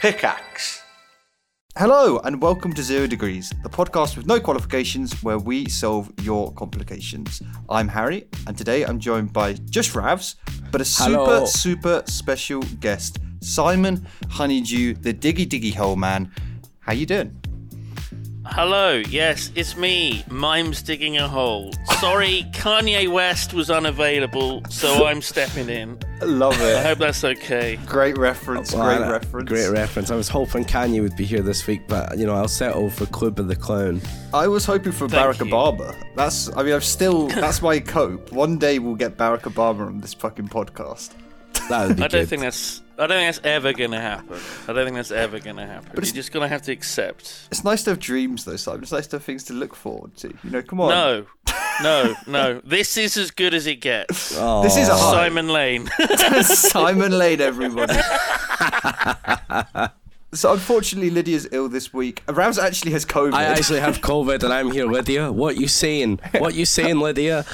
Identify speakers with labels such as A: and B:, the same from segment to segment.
A: Pickaxe. Hello, and welcome to Zero Degrees, the podcast with no qualifications where we solve your complications. I'm Harry, and today I'm joined by just Ravs, but a super,
B: Hello.
A: super special guest, Simon Honeydew, the Diggy Diggy Hole Man. How you doing?
C: Hello, yes, it's me, Mimes Digging a Hole. Sorry, Kanye West was unavailable, so I'm stepping in.
A: Love
C: I
A: it.
C: hope that's okay.
A: Great reference.
B: Wow,
A: great
B: that-
A: reference.
B: Great reference. I was hoping Kanye would be here this week, but you know, I'll settle for Kluber the Clown.
A: I was hoping for
C: Thank
A: Barack
C: you.
A: Obama. That's, I mean, I'm still, that's my cope. One day we'll get Barack Obama on this fucking podcast.
B: That would be
C: I don't
B: good.
C: think that's I don't think that's ever gonna happen. I don't think that's ever gonna happen. You're
A: it's-
C: just gonna have to accept.
A: It's nice to have dreams, though, Simon. It's nice to have things to look forward to. You know, come on.
C: No. No, no. This is as good as it gets.
B: Aw.
A: This is a high.
C: Simon Lane.
A: Simon Lane, everybody. so, unfortunately, Lydia's ill this week. Rams actually has COVID.
B: I actually have COVID and I'm here, Lydia. What you saying? What you saying, Lydia?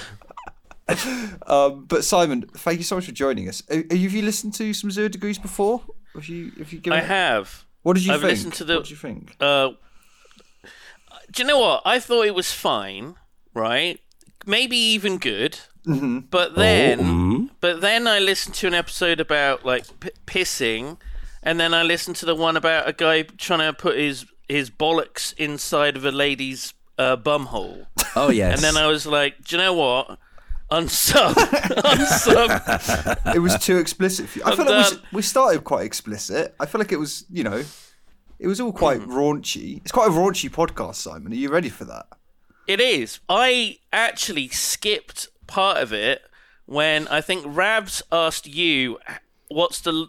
A: um, but, Simon, thank you so much for joining us. Have have you listened to some Zero Degrees before? Have you, have you given
C: I have.
A: What did you
C: I've
A: think?
C: listened to the-
A: What did you think?
C: Uh, do you know what? I thought it was fine, right? Maybe even good. But then, but then I listened to an episode about like p- pissing, and then I listened to the one about a guy trying to put his his bollocks inside of a lady's uh, bumhole,
B: Oh yes.
C: and then uh, I was like, do you know what? Unsub, unsub.
A: it was too explicit for you. I feel like we,
C: then-
A: s- we started quite explicit. I feel like it was, you know, it was all quite
C: Hmm.
A: raunchy. It's quite a raunchy podcast, Simon. Are you ready for that?
C: It is. I actually skipped part of it when I think Rabs asked you, "What's the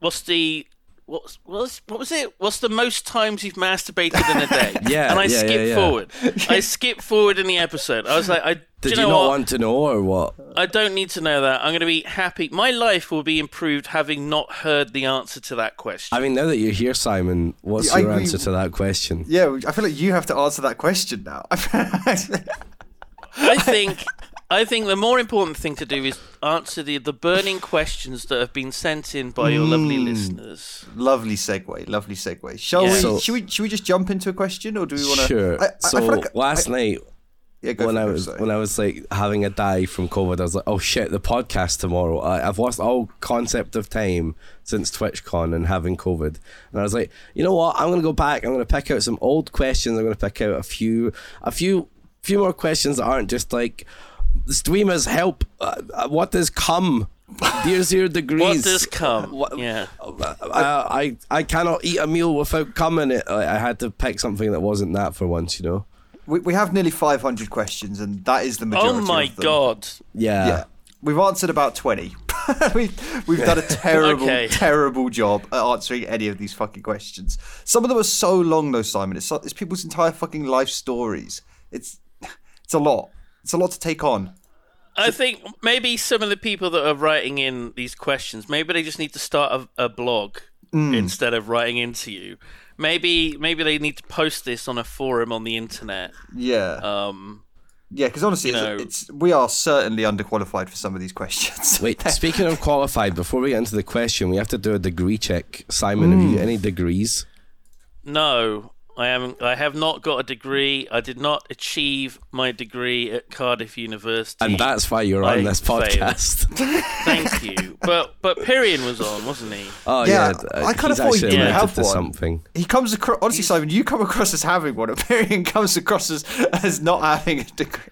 C: what's the what's, what's what was it? What's the most times you've masturbated in a day?"
B: Yeah,
C: and I
B: yeah, yeah,
C: skipped
B: yeah.
C: forward. I skipped forward in the episode. I was like, "I." do
B: Did
C: you
B: you,
C: know
B: not
C: what?
B: want to know or what?
C: I don't need to know that. I'm going to be happy. My life will be improved having not heard the answer to that question.
B: I mean, now that you're here, Simon, what's
A: Yeah, I
B: your
A: agree.
B: answer to that question?
A: Yeah, I feel like you have to answer that question now.
C: I think I think the more important thing to do is answer the the burning questions that have been sent in by your lovely listeners.
A: lovely segue, lovely segue. Shall
C: Yeah.
A: we?
B: So-
A: should we? Should we just jump into a question, or do we want to?
B: Sure. so last night
A: yeah, go
B: when
A: for it,
B: I
A: go
B: was
A: for it.
B: when I was like having a die from COVID, I was like, oh shit, the podcast tomorrow. I, I've lost all concept of time since TwitchCon and having COVID. And I was like, you know what? I'm gonna go back. I'm gonna pick out some old questions. I'm gonna pick out a few, a few, few more questions that aren't just like, streamers help. Uh, uh, what does come? Dear zero degrees.
C: What does come?
B: What-
C: yeah.
B: Uh, I, I I cannot eat a meal without cum in it. I, I had to pick something that wasn't that for once, you know.
A: we, we have nearly 500 questions, and that is the majority.
C: Oh my
A: of them.
C: god.
B: Yeah.
A: Yeah, we've answered about 20. we, we've done a terrible,
C: Okay.
A: terrible job at answering any of these fucking questions. Some of them are so long, though, Simon. It's so- it's people's entire fucking life stories. It's it's a lot. It's a lot to take on.
C: I think maybe some of the people that are writing in these questions, maybe they just need to start a, a blog instead of writing into you. Maybe maybe they need to post this on a forum on the internet.
A: Yeah.
C: Um,
A: Yeah, because honestly,
C: you
A: it's,
C: know-
A: it's we are certainly underqualified for some of these questions.
B: Wait, speaking of qualified, before we get into the question, we have to do a degree check. Simon, have you any degrees?
C: No, I am. I have not got a degree. I did not achieve my degree at Cardiff University.
B: And that's why you're on
C: I
B: this
C: failed.
B: podcast.
C: Thank you. But but Pyrian was on, wasn't he?
B: oh
A: Yeah,
B: yeah,
A: I kinda
B: he's
A: thought he
B: actually
A: didn't
B: related
A: have
B: to
A: one.
B: something.
A: he comes across honestly, Simon. You come across as having one. Marion comes across as as not having a degree.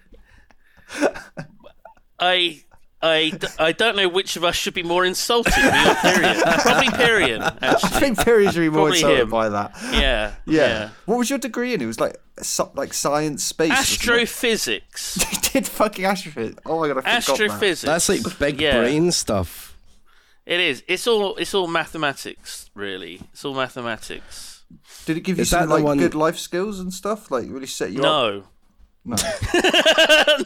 C: I. I, d- I don't know which of us should be more insulted. Me or Pyrian? Probably Pyrian,
A: I
C: actually.
A: think Perry's really more
C: Probably
A: insulted
C: him.
A: by that.
C: Yeah. Yeah.
A: Yeah. What was your degree in? It was like so- like science, space, wasn't
C: Astrophysics.
A: it? You did fucking astrophysics. Oh my god, I forgot
C: Astrophysics.
B: That's like big
C: Yeah.
B: brain stuff.
C: It is. It's all it's all mathematics, really. It's all mathematics.
A: that. Did it give you
B: Is that
A: some
B: the
A: like
B: one-
A: good life skills and stuff? Like really set you up?
C: No.
A: No.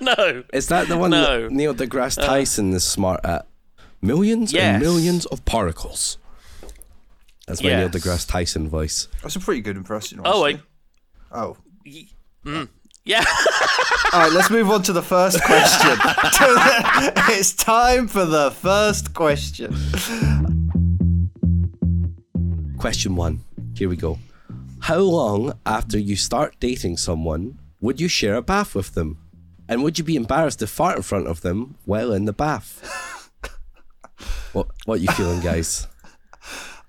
C: no.
B: Is that the one
C: No.
B: that Neil deGrasse Tyson is smart at? Millions
C: Yes.
B: and millions of particles. That's my Neil
C: Yes.
B: deGrasse Tyson voice.
A: That's a pretty good impression.
C: Oh, I mm,
A: honestly. Oh.
C: yeah.
A: All right, let's move on to the first question. To the- it's time for the first question.
B: Question one. Here we go. How long after you start dating someone would you share a bath with them? And would you be embarrassed to fart in front of them while in the bath? what What you feeling, guys?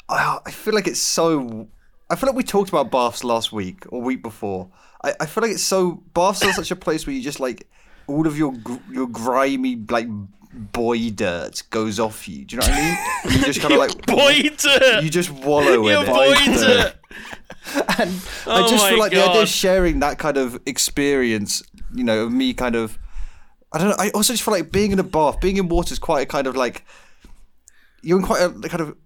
A: Ah, I feel like it's so. I feel like we talked about baths last week or week before. I, I feel like it's so baths are such a place where you just like all of your gr- your grimy like boy dirt goes off you. Do you know what I mean? And you just kind of like
C: Boy, dirt.
A: you just wallow in
C: Your
A: it.
C: boy dirt.
A: And I
C: Oh
A: just feel
C: my
A: like the idea
C: God.
A: of sharing that kind of experience, you know, of me kind of, I don't know. I also just feel like being in a bath, being in water is quite a kind of like, you're in quite a kind of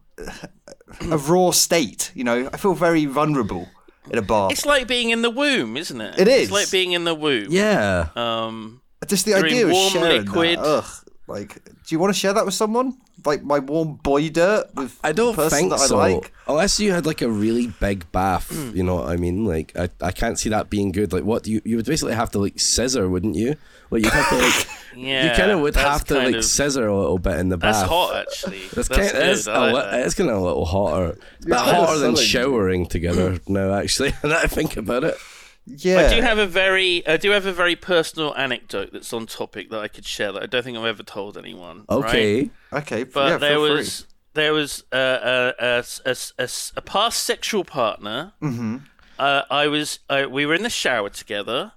A: a raw state. You know, I feel very vulnerable in a bath.
C: It's like being in the womb, isn't it?
A: It is.
C: It's like being in the womb.
B: Yeah.
C: Um,
A: just the
C: you're
A: idea
C: in
A: of
C: warm
A: sharing
C: liquid.
A: that. Ugh. Like, do you want to share that with someone? Like my warm boy dirt with
B: I don't
A: the person
B: think
A: that I
B: so.
A: like.
B: Unless you had like a really big bath,
C: Hmm.
B: you know what I mean? Like I, I can't see that being good. Like what do you you would basically have to like scissor, wouldn't you? Like you have to like
C: yeah.
B: you kind of would
C: that's
B: have to
C: kind
B: like
C: of-
B: scissor a little bit in the bath.
C: That's hot, actually.
B: Ah. That's,
C: That's
B: kind of,
C: good. I like that.
B: it's kind of a little hotter. It's a bit
A: Yeah,
B: hotter than
A: selling.
B: showering together now, actually. Now that I think about it,
A: Yeah.
C: I do have a very, I do have a very personal anecdote that's on topic that I could share that I don't think I've ever told anyone. right?
B: okay.
A: okay.
C: but
A: yeah,
C: there
A: feel free.
C: was there was uh, a, a, a, a, a past sexual partner. Mm-hmm. Uh, I was uh, we were in the shower together,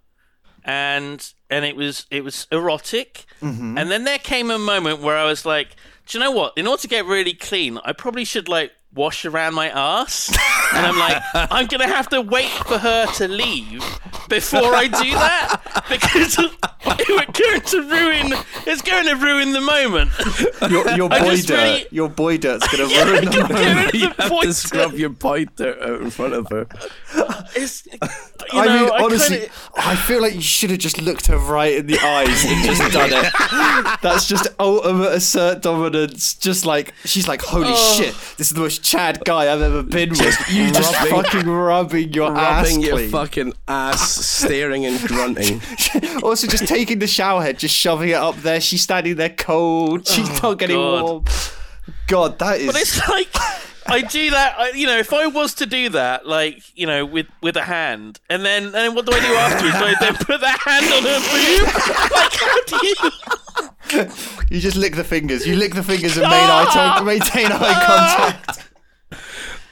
C: and and it was it was erotic.
A: Mm-hmm.
C: And then there came a moment where I was like, do you know what? In order to get really clean, I probably should like wash around my ass. and I'm like, I'm gonna have to wait for her to leave before I do that because it would going to ruin. It's going to ruin the moment.
A: Your, your
C: I
A: boy
C: just
A: dirt.
C: really-
A: Your boy dirt's gonna
C: Yeah,
A: ruin
C: I
A: the
C: can
A: moment.
C: do it.
B: You
C: The
B: have to
C: point-
B: scrub your point out out in front of her.
C: It's, you know,
A: I mean,
C: I
A: honestly,
C: kinda-
A: I feel like you should have just looked her right in the eyes and just done it. That's just ultimate assert dominance. Just like she's like, holy shit, this is the most Chad guy I've ever been with. You just
B: rubbing-
A: fucking rubbing your ass
B: Rubbing your
A: clean.
B: fucking ass, staring and grunting.
A: also, just taking the shower head, just shoving it up there. She's standing there cold. She's not getting
C: God.
A: warm. God, that is.
C: but it's like I do that. I, you know, if I was to do that, like you know, with with a hand, and then and then what do I do afterwards? do I then put that hand on her boob? like how do you?
A: you just lick the fingers. You lick the fingers and main eye to- maintain eye contact.
B: Oh,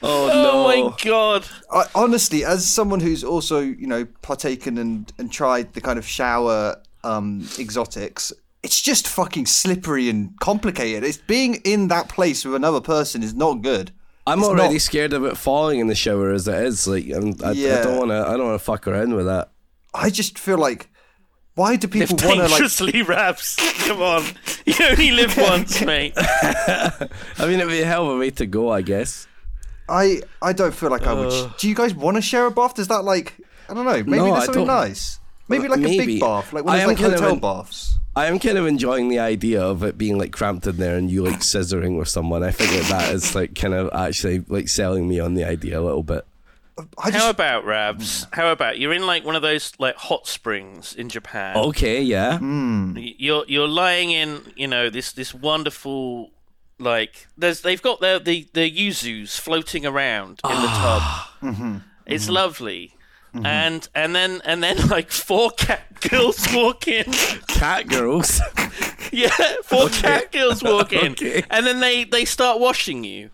C: Oh
B: no.
C: my god!
A: I, honestly, as someone who's also you know partaken and and tried the kind of shower um, exotics, it's just fucking slippery and complicated. It's being in that place with another person is not good.
B: I'm
A: It's
B: already
A: not-
B: scared of it falling in the shower as it is. Like, I'm, I, I
A: Yeah.
B: don't want to. I don't want to fuck around with that.
A: I just feel like, why do people want to like?
C: Dangerously raps. Come on, you only live once, mate.
B: I mean, it'd be a hell of a way to go, I guess.
A: I I don't feel like I would. sh- Do you guys want to share a bath? Does that like I don't know? Maybe
B: Uh. No, I
A: there's something
B: don't.
A: nice. Maybe like a
B: Maybe.
A: big bath, like one
B: I
A: of
B: am
A: those like
B: kind of
A: hotel
B: an-
A: baths.
B: I am kind of enjoying the idea of it being like cramped in there and you like scissoring with someone. I think that that is like kind of actually like selling me on the idea a little bit.
A: I just
C: How about Rabs? How about you're in like one of those like hot springs in Japan?
B: Okay, yeah.
C: you're you're lying in you know this this wonderful like there's they've got their the the yuzus floating around in the tub
B: Ah.
C: it's lovely and and then and then like four cat girls walk in
B: Cat girls.
C: yeah four cat girls walk in
B: Okay.
C: and then they they start washing you is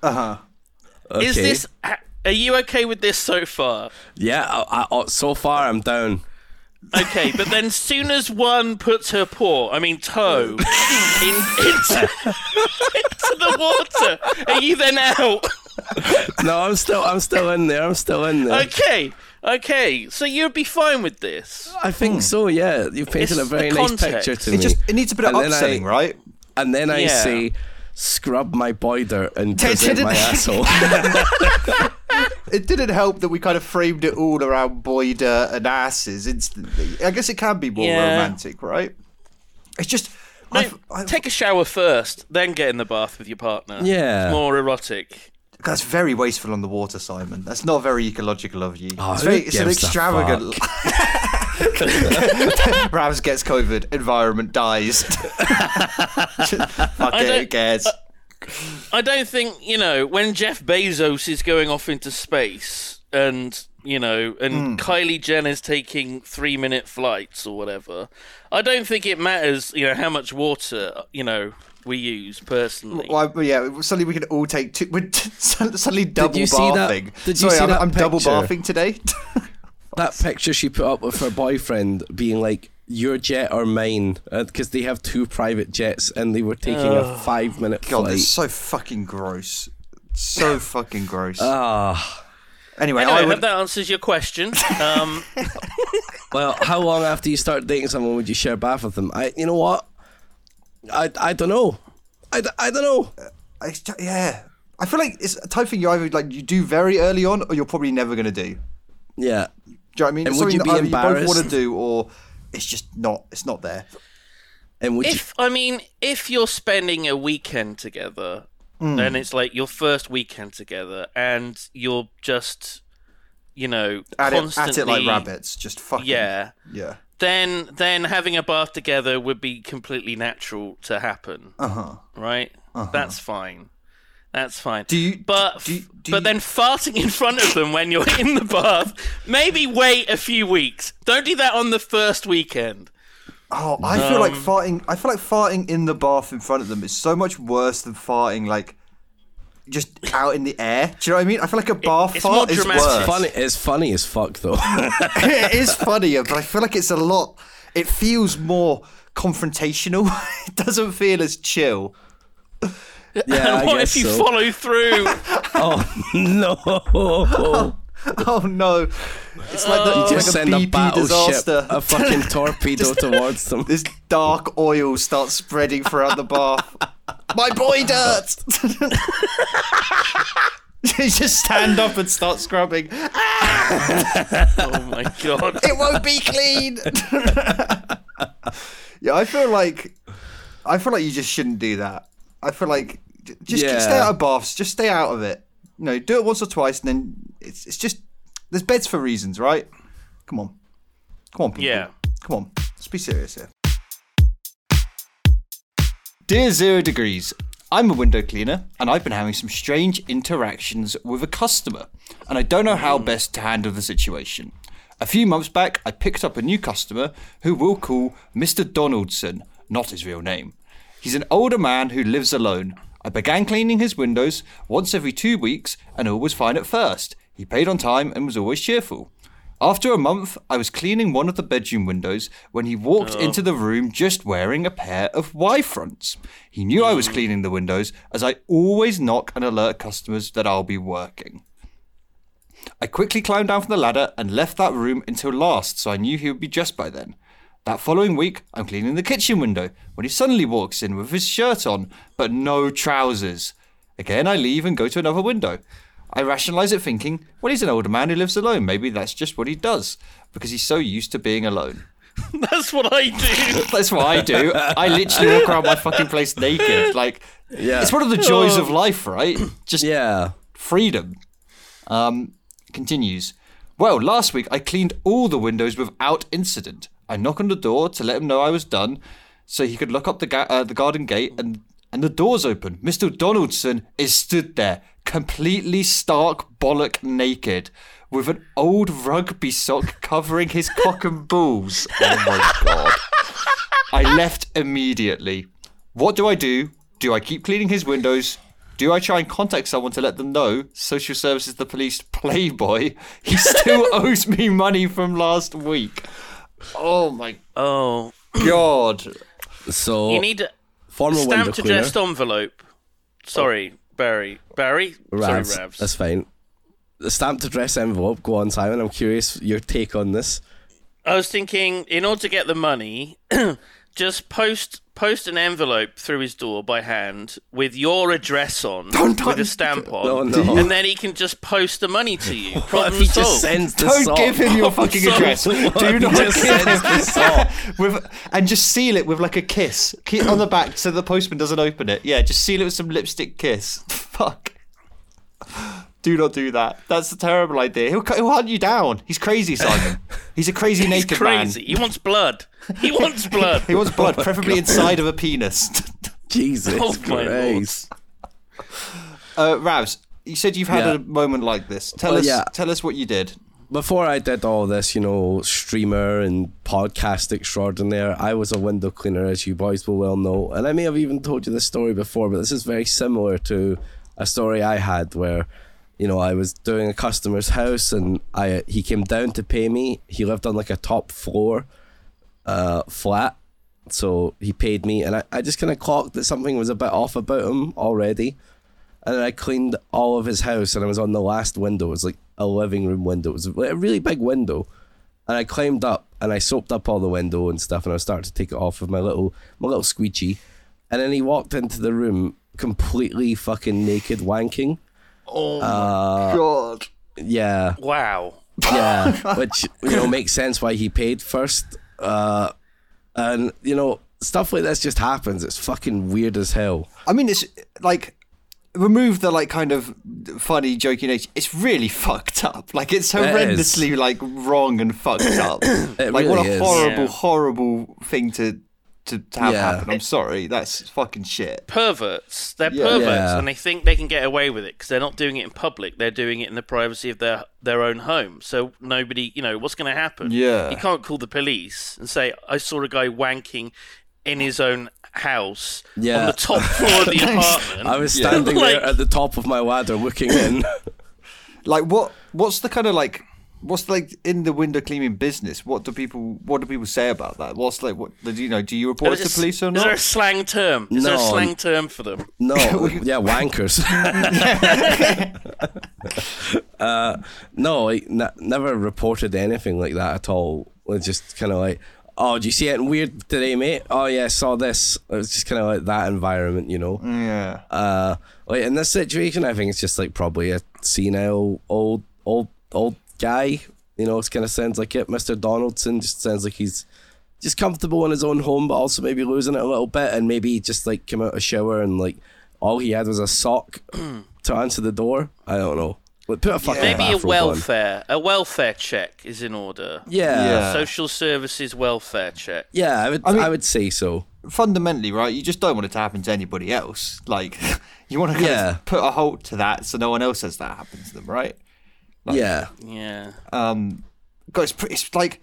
B: Okay.
C: this are you okay with this so far
B: Yeah. I, I, so far, I'm down.
C: Okay, but then soon as one puts her paw, I mean toe, in, into, into the water, are you then out?
B: No, I'm still. I'm still in there. I'm still in there.
C: Okay, okay, so you'd be fine with this.
B: I think so. Yeah, you've painted
C: It's
B: a very
C: the
B: nice
C: context.
B: picture to
A: it
B: me.
A: just it needs a bit of
B: And then I-
A: upselling, right?
B: and then I
C: Yeah.
B: say, "Scrub my boy dirt and present my asshole."
A: it didn't help that we kind of framed it all around boy dirt and asses instantly. I guess it can be more
C: Yeah.
A: romantic, right? It's just. I f- I-
C: Take a shower first, then get in the bath with your partner.
B: Yeah.
C: It's more erotic.
A: that's very wasteful on the water, Simon. That's not very ecological of you.
B: Oh,
A: it's,
B: who
A: very, it's an
B: gives a
A: extravagant. Rams gets COVID, environment dies. Fuck it,
C: don't- uh,
A: who cares?
C: I don't think you know when Jeff Bezos is going off into space, and you know, and
A: Hmm.
C: Kylie Jenner's taking three-minute flights or whatever. I don't think it matters, you know, how much water you know we use personally.
A: Why, but yeah, suddenly we can all take two. We're suddenly double
B: you see that-
A: barfing.
B: did you
A: Sorry,
B: see
A: I'm,
B: that
A: I'm double
B: picture?
A: barfing today.
B: that picture she put up with her boyfriend being like your jet or mine because they have two private jets and they were taking a five minute
A: God,
B: flight
A: that's so fucking gross. So fucking gross.
B: ah
A: anyway,
C: Anyway, I
A: I
C: hope
A: would.
C: that answers your question. Um,
B: well how long after you start dating someone would you share a bath with them i you know what i i don't know i, d- I don't know
A: I, yeah, I feel like it's a type of thing you either like you do very early on, or you're probably never gonna do.
B: yeah
A: Do you know what I mean?
B: And
A: It's
B: would you
A: something that either
B: be
A: You both want
B: embarrassed?
A: to do, or it's just not. It's not there.
B: and would you
C: if I mean, if you're spending a weekend together,
A: Hmm.
C: then it's like your first weekend together, and you're just, you know,
A: At it, at
C: constantly
A: it like rabbits, just fucking.
C: Yeah.
A: Yeah.
C: Then, then having a bath together would be completely natural to happen,
A: Uh huh.
C: right? That's fine. That's fine.
A: Uh-huh. Do you-
C: But
A: do-
C: f-
A: do
C: but
A: you-
C: then farting in front of them when you're in the bath, maybe wait a few weeks. Don't do that on the first weekend.
A: Oh, I feel like farting. I feel like farting in the bath in front of them is so much worse than farting like just out in the air. Do you know what I mean? I feel like a bath
C: it's
A: fart
C: more
A: is
C: dramatic.
A: worse.
B: funny it's funny as fuck though
A: it is funnier, but I feel like it's a lot. It feels more confrontational. it doesn't feel as chill.
B: yeah I
C: and what
B: guess
C: if you
B: so.
C: follow through?
B: oh no
A: Oh no! It's like the
B: just
A: like a
B: send a,
A: BP
B: battleship
A: disaster.
B: a fucking torpedo towards them
A: this dark oil starts spreading throughout the bath. My boy dirt! you just stand up and start scrubbing. It
C: oh my god!
A: won't be clean. yeah, I feel like I feel like you just shouldn't do that. I feel like j- just
B: Yeah.
A: stay out of baths. Just stay out of it. You know, do it once or twice, and then it's it's just there's beds for reasons, right? Come on, come on, people.
C: Yeah.
A: come on. Let's be serious here. Dear Zero Degrees, I'm a window cleaner and I've been having some strange interactions with a customer, and I don't know how best to handle the situation. A few months back, I picked up a new customer who we'll call Mr. Donaldson, not his real name. He's an older man who lives alone. I began cleaning his windows once every two weeks, and all was fine at first. He paid on time and was always cheerful. After a month, I was cleaning one of the bedroom windows when he walked into the room just wearing a pair of Y fronts. He knew I was cleaning the windows, as I always knock and alert customers that I'll be working. I quickly climbed down from the ladder and left that room until last, so I knew he would be dressed by then. That following week, I'm cleaning the kitchen window when he suddenly walks in with his shirt on, but no trousers. Again, I leave and go to another window. I rationalise it thinking, well, he's an older man who lives alone. Maybe that's just what he does because he's so used to being alone.
C: That's what I do.
A: That's what I do. I literally walk around my fucking place naked. Like,
B: Yeah. Oh.
A: it's one of the joys of life, right? Just
B: yeah
A: freedom. Um, continues. Well, last week I cleaned all the windows without incident. I knock on the door to let him know I was done, so he could lock up the ga- uh, the garden gate, and and the doors open. Mister Donaldson is stood there, completely stark bollock naked, with an old rugby sock covering his cock and balls. Oh my god! I left immediately. What do I do? Do I keep cleaning his windows? Do I try and contact someone to let them know? Social services, the police, Playboy. He still owes me money from last week. Oh my
C: Oh,
A: god.
B: so
C: you need a
A: Oh,
B: formal window
C: stamped
B: cleaner
C: addressed envelope. Sorry, Barry. Barry.
B: Ravs.
C: Sorry, Ravs.
B: That's fine. The stamped address envelope. Go on, Simon. I'm curious your take on this.
C: I was thinking, in order to get the money, just post post an envelope through his door by hand with your address on, with a stamp on,
B: No, no.
C: and then he can just post the money to you.
B: What
C: Problem
B: if he
C: solved.
B: just sends the
A: Don't
B: sock?
A: give him your fucking
C: Sorry.
A: address.
B: What if
A: Do
B: he
A: not
B: just
A: give
B: sends the sock?
A: with and just seal it with like a kiss Ki- on the back so the postman doesn't open it. Yeah, just seal it with some lipstick kiss. Fuck. Do not do that. That's a terrible idea. He'll, cu- he'll hunt you down. He's crazy, Simon. He's a crazy
C: He's
A: naked
C: crazy. Oh
A: man.
C: He wants blood. He wants blood.
A: He wants blood, preferably inside of a penis.
B: Jesus
C: Oh my
B: Christ.
A: Uh, Ravs, you said you've had
B: Yeah.
A: a moment like this. Tell
B: Well,
A: us,
B: yeah.
A: tell us what you did.
B: before I did all this, you know, streamer and podcast extraordinaire, I was a window cleaner, as you boys will well know. And I may have even told you this story before, but this is very similar to a story I had where, you know, I was doing a customer's house and I he came down to pay me. He lived on like a top floor uh, flat. So he paid me, and I, I just kind of clocked that something was a bit off about him already. And then I cleaned all of his house, and I was on the last window. It was like a living room window. It was like a really big window. And I climbed up, and I soaped up all the window and stuff, and I was starting to take it off with my little my little squeegee. And then he walked into the room completely fucking naked, wanking.
A: God.
B: Yeah.
C: Wow.
B: Yeah, which you know makes sense why he paid first. Uh, and you know stuff like this just happens. It's fucking weird as hell.
A: I mean, it's like remove the like kind of funny, joking nature. It's really fucked up. Like it's
B: is.
A: horrendously like wrong and fucked up. like what
B: really
A: a
B: is.
A: horrible,
C: Yeah.
A: horrible thing to to have
B: Yeah.
A: happen. I'm sorry. That's fucking shit.
C: Perverts. They're
A: Yeah.
C: perverts,
B: Yeah.
C: and they think they can get away with it because they're not doing it in public. They're doing it in the privacy of their their own home. So nobody, you know, what's going to happen?
A: Yeah.
C: You can't call the police and say I saw a guy wanking in his own house on
B: Yeah.
C: the top floor of the apartment.
B: I was standing there
C: Like-
B: at the top of my ladder looking in.
A: Like what? What's the kind of like? What's like in the window cleaning business? What do people? What do people say about that? What's like? What do you know? Do you report it
C: Is
A: to
C: this-
A: police or
C: Is there a
A: not?
C: slang term? Is there a
B: No.
C: slang term for them?
B: No, yeah, wankers. uh, no, like n- never reported anything like that at all. It's just kind of like, oh, do you see it weird today, mate? Oh yeah, saw this. It was just kind of like that environment, you know.
A: Yeah.
B: Uh, like in this situation, I think it's just like probably a senile old old old guy. You know, it kind of sounds like it. Mister Donaldson just sounds like he's just comfortable in his own home, but also maybe losing it a little bit, and maybe he just like came out a shower and like all he had was a sock to answer the door. I don't know. Like, put a fucking
C: Maybe a
B: bathrobe on.
C: welfare a welfare check is in order.
B: Yeah,
A: Yeah.
C: Social services welfare check.
B: yeah. I would
A: mean-
B: I would say so.
A: fundamentally, right, you just don't want it to happen to anybody else. Like, you want to
B: Yeah.
A: put a halt to that so no one else has that happen to them, right?
B: yeah.
C: Yeah.
A: God, it's, pre- it's like,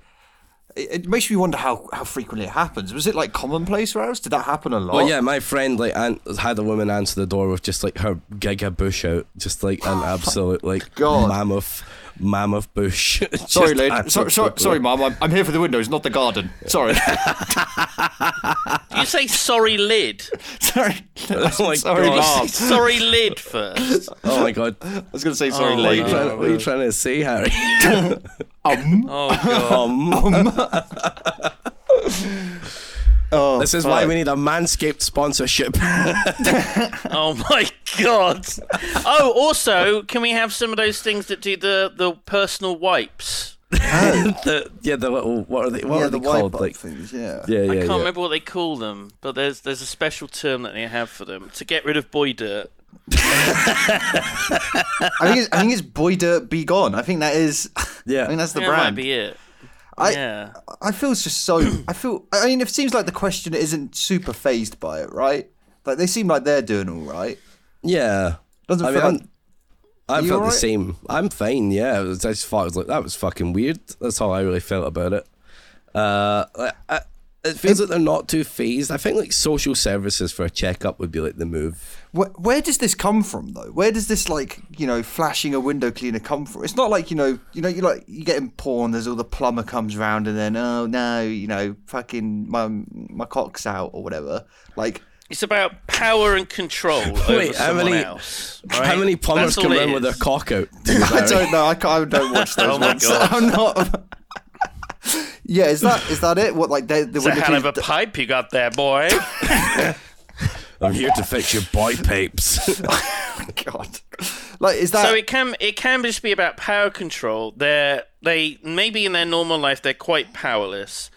A: it, it makes me wonder how, how frequently it happens. Was it like commonplace rows? Did that happen a lot?
B: Well, yeah, my friend like an- had a woman answer the door with just like her giga bush out, just like an absolute like
A: God.
B: mammoth, mammoth bush. Just
A: Sorry, lady.
B: answered
A: Sorry, sorry,
B: the door.
A: sorry, mum. I'm, I'm here for the windows, not the garden. Sorry.
C: you say sorry lid.
A: sorry.
B: Oh my
A: sorry,
B: God.
A: mum.
C: sorry lid first.
B: Oh my god,
A: I was going to say sorry,
C: Oh,
B: what are,
A: lady.
B: you
C: no.
B: trying, what are you trying to say, Harry?
A: Um,
C: Oh god.
B: Um,
A: oh,
B: this is why
A: fuck.
B: we need a manscaped sponsorship.
C: Oh my god. Oh, also, can we have some of those things that do the the personal wipes?
B: the, yeah, the little what are they? What
A: yeah,
B: are
A: the
B: they
A: wipe
B: called?
A: up
B: Like,
A: things, yeah.
B: yeah, yeah,
C: I can't
B: yeah.
C: remember what they call them, but there's there's a special term that they have for them to get rid of boy dirt.
A: I think it's, I think it's Boy Dirt Be Gone. I think that is.
B: Yeah.
A: I think that's the
C: Yeah, that might
A: brand.
C: be it.
A: I-
C: yeah.
A: I feel it's just so. I feel. I mean, it seems like the question isn't super phased by it, right? Like they seem like they're doing all right.
B: Yeah.
A: Doesn't
B: I
A: feel
B: mean,
A: like-
B: I
A: you
B: felt
A: alright?
B: the same. I'm fine. Yeah, It was- I just thought it was like that was fucking weird. That's how I really felt about it. Uh, I, I, it feels like they're not too phased. I think like social services for a checkup would be like the move.
A: Where, where does this come from, though? Where does this like you know flashing a window cleaner come from? It's not like you know you know you like you get in porn. There's all the plumber comes round and then oh no you know fucking my my cock's out or whatever. Like
C: It's about power and control over
B: Wait, how
C: someone
B: many-
C: else. Right?
B: How many plumbers
C: That's all
B: come
C: it
B: in with
C: is.
B: their cock out?
A: I don't know. I can't. I don't watch those.
C: Oh my
A: ones.
C: God.
A: I'm not. yeah, is that is that it? What like they, the
C: It's a
A: window
C: hell of
A: cleaner?
C: a pipe you got there, boy.
B: I'm here to fix your boy pipes.
A: God, like is that?
C: so it can it can just be about power control. They're they maybe in their normal life they're quite powerless.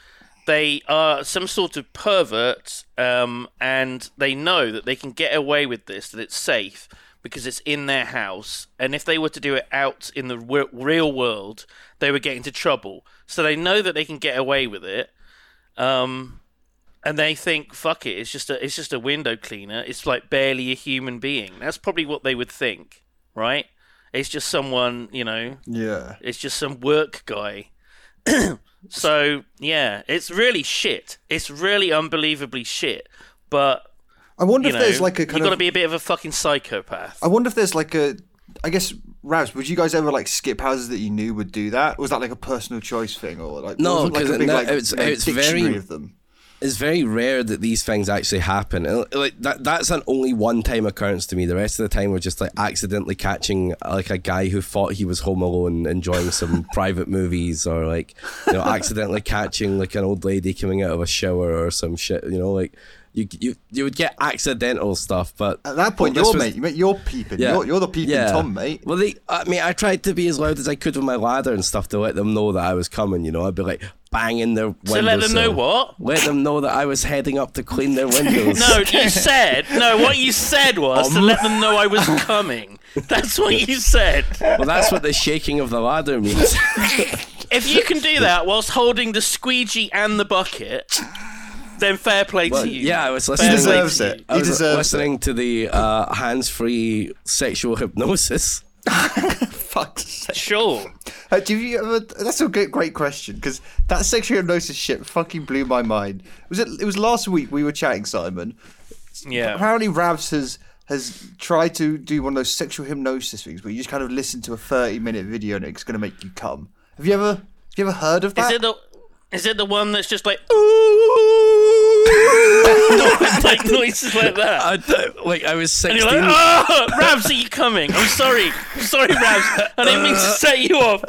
C: They are some sort of pervert, um, and they know that they can get away with this, that it's safe because it's in their house. And if they were to do it out in the w- real world, they would get into trouble. So they know that they can get away with it. Um, and they think, "Fuck it, it's just a it's just a window cleaner. It's like barely a human being." That's probably what they would think, right? It's just someone, you know,
A: Yeah.
C: it's just some work guy. so yeah, it's really shit. It's really unbelievably shit. But
A: I wonder
C: you
A: if
C: know,
A: there's like a
C: you've
A: kind
C: got to
A: of. Oh,
C: be a bit of a fucking psychopath.
A: I wonder if there's like a. I guess, Ravs, would you guys ever like skip houses that you knew would do that? Was that like a personal choice thing, or like
B: No,
A: wasn't, like,
B: 'cause
A: a big,
B: no,
A: like,
B: it's-
A: like,
B: it's
A: dictionary
B: very-
A: of them.
B: it's very rare that these things actually happen. And, Like that, that's an only one-time occurrence to me. The rest of the time, we're just like accidentally catching like a guy who thought he was home alone, enjoying some private movies, or like you know, accidentally catching like an old lady coming out of a shower or some shit. You know, like you you you would get accidental stuff, but
A: At that point,
B: but this
A: you're
B: was-
A: mate. You mate, you're peeping. You're, you're the peeping tom, mate.
B: well, they, I mean, I tried to be as loud as I could with my ladder and stuff to let them know that I was coming. You know, I'd be like banging their windows.
C: let them know what?
B: Let them know that I was heading up to clean their windows.
C: No, you said no. What you said was to
B: Um.
C: let them know I was coming. That's what you said.
B: well, that's what the shaking of the ladder means.
C: If you can do that whilst holding the squeegee and the bucket, then fair play
B: Well,
C: to you.
B: yeah, I was
C: Fair
B: listening.
C: play
A: deserves
C: to you.
A: it.
B: I
A: He
B: was
A: deserves
B: listening to the uh, hands-free sexual hypnosis.
A: Fuck's sake.
C: Sure.
A: Uh, do you ever, that's a great, great question because that sexual hypnosis shit fucking blew my mind. Was it? It was last week we were chatting, Simon.
C: Yeah.
A: Apparently, Ravs has has tried to do one of those sexual hypnosis things where you just kind of listen to a thirty minute video and it's going to make you come. Have you ever? Have you ever heard of
C: Is
A: that?
C: it the is it the one that's just like like noises like that?
B: I don't- like I was
C: And you're
B: sixteen.
C: like, oh, Rabs, are you coming? I'm sorry. I'm sorry, Rabs. I didn't mean to
B: Uh,
C: set you off.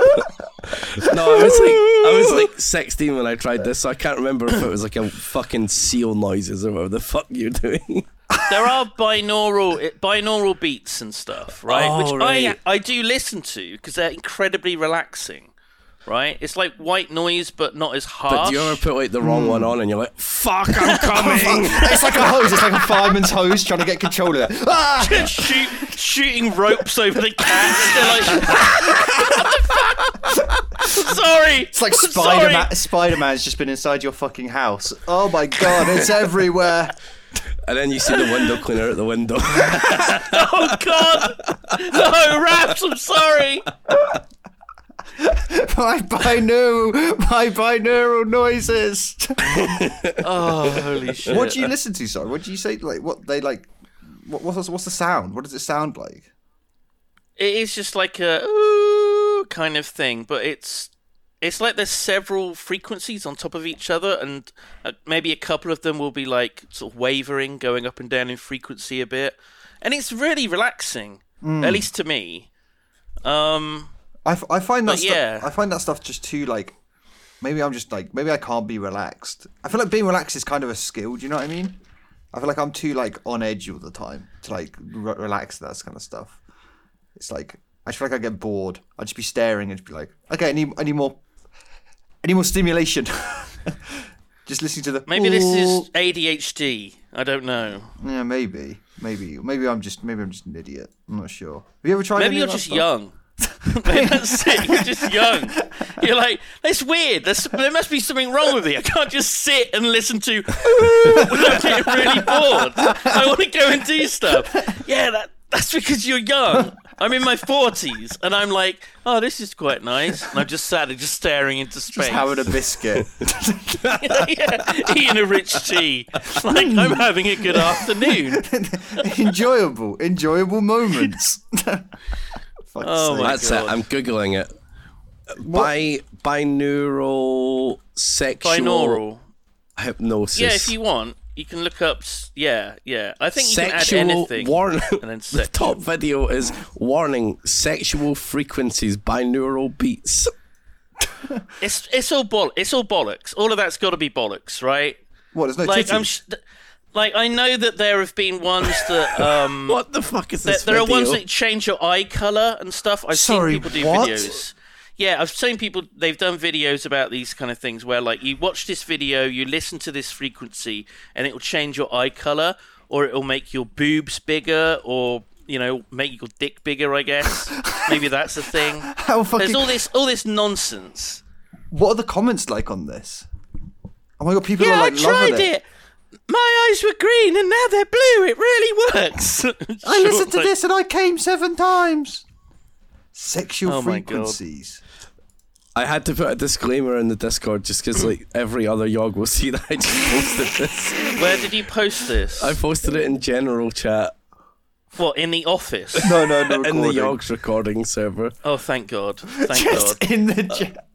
B: No, I was like I was like sixteen when I tried this, so I can't remember if it was like a fucking seal noises or whatever the fuck you're doing.
C: There are binaural eh, binaural beats and stuff, right?
B: Oh,
C: Which
B: right.
C: I I do listen to because they're incredibly relaxing, right? It's like white noise, but not as harsh.
B: But do you ever put like the wrong one on and you're like, fuck, I'm coming.
A: it's like a hose. It's like a fireman's hose trying to get control of it. Ah!
C: shoot, shooting ropes over the cats. They're like, what the fuck? Sorry.
A: It's like Spider Man. Spider Man's just been inside your fucking house. Oh my god, it's everywhere.
B: and then you see the window cleaner at the window.
C: Oh God! No, Raps. I'm sorry.
A: My binaural, my binaural noises.
C: Oh, holy shit!
A: What do you listen to? Sorry, what do you say? Like what they like? What, what's what's the sound? What does it sound like?
C: It is just like a ooh kind of thing, but it's it's like there's several frequencies on top of each other, and uh, maybe a couple of them will be like sort of wavering, going up and down in frequency a bit, and it's really relaxing, at least to me. Um,
A: I, f- I find that
C: But
A: stuff,
C: yeah.
A: I find that stuff just too like. Maybe I'm just like maybe I can't be relaxed. I feel like being relaxed is kind of a skill. Do you know what I mean? I feel like I'm too like on edge all the time to like re- relax that kind of stuff. It's like I just feel like I get bored. I'd just be staring and just be like, okay, I need I need more, I need more stimulation. just listening to the
C: maybe this
A: "Ooh."
C: is ADHD. I don't know.
A: Yeah, maybe, maybe, maybe I'm just maybe I'm just an idiot. I'm not sure. Have you ever tried? any
C: Maybe you're
A: of that
C: just
A: stuff?
C: young. Maybe that's it. You're just young. You're like, that's weird. That's, there must be something wrong with me. I can't just sit and listen to without getting really bored. I want to go and do stuff. Yeah, that, that's because you're young. I'm in my 40s and I'm like, oh, this is quite nice. And I'm just sat there, just staring into space.
A: Just having a biscuit.
C: yeah, eating a rich tea. Like, I'm having a good afternoon.
A: enjoyable, enjoyable moments. Fuck's
C: Oh
A: sake.
C: my
B: That's
C: God.
B: it. I'm googling it. Bi binaural sexual
C: Binaural.
B: hypnosis.
C: Yeah, if you want, you can look up. s- Yeah, yeah. I think you
B: sexual
C: can add anything.
B: warning.
C: and then
B: the
C: sexual.
B: top video is warning: sexual frequencies, binaural beats.
C: It's it's all boll. It's all bollocks. All of that's got to be bollocks, right?
A: What? There's no
C: Like
A: titties?
C: I'm. Sh- th- like I know that there have been ones that um.
B: What the fuck is
C: there,
B: this?
C: there are ones
B: video?
C: that change your eye color and stuff. I've
A: Sorry,
C: seen people do
A: what?
C: videos. Yeah, I've seen people. They've done videos about these kind of things where, like, you watch this video, you listen to this frequency, and it will change your eye color, or it will make your boobs bigger, or you know, make your dick bigger. I guess maybe that's the thing.
A: How
C: There's
A: fucking?
C: all this, all this nonsense.
A: What are the comments like on this? Oh my god, people
C: Yeah,
A: are like
C: I tried
A: loving
C: it.
A: it.
C: my eyes were green and now they're blue. It really
A: I
C: works. Sure,
A: listened to
C: like-
A: this and I came seven times. Sexual
C: Oh my God.
A: frequencies.
B: I had to put a disclaimer in the Discord just because like every other yog will see that I just posted this.
C: Where did you post this?
B: I posted it in general chat
C: What in the office?
A: No, no, no.
B: in the
A: recording.
B: yogs recording server.
C: Oh, thank God! Thank God!
A: Just in the chat.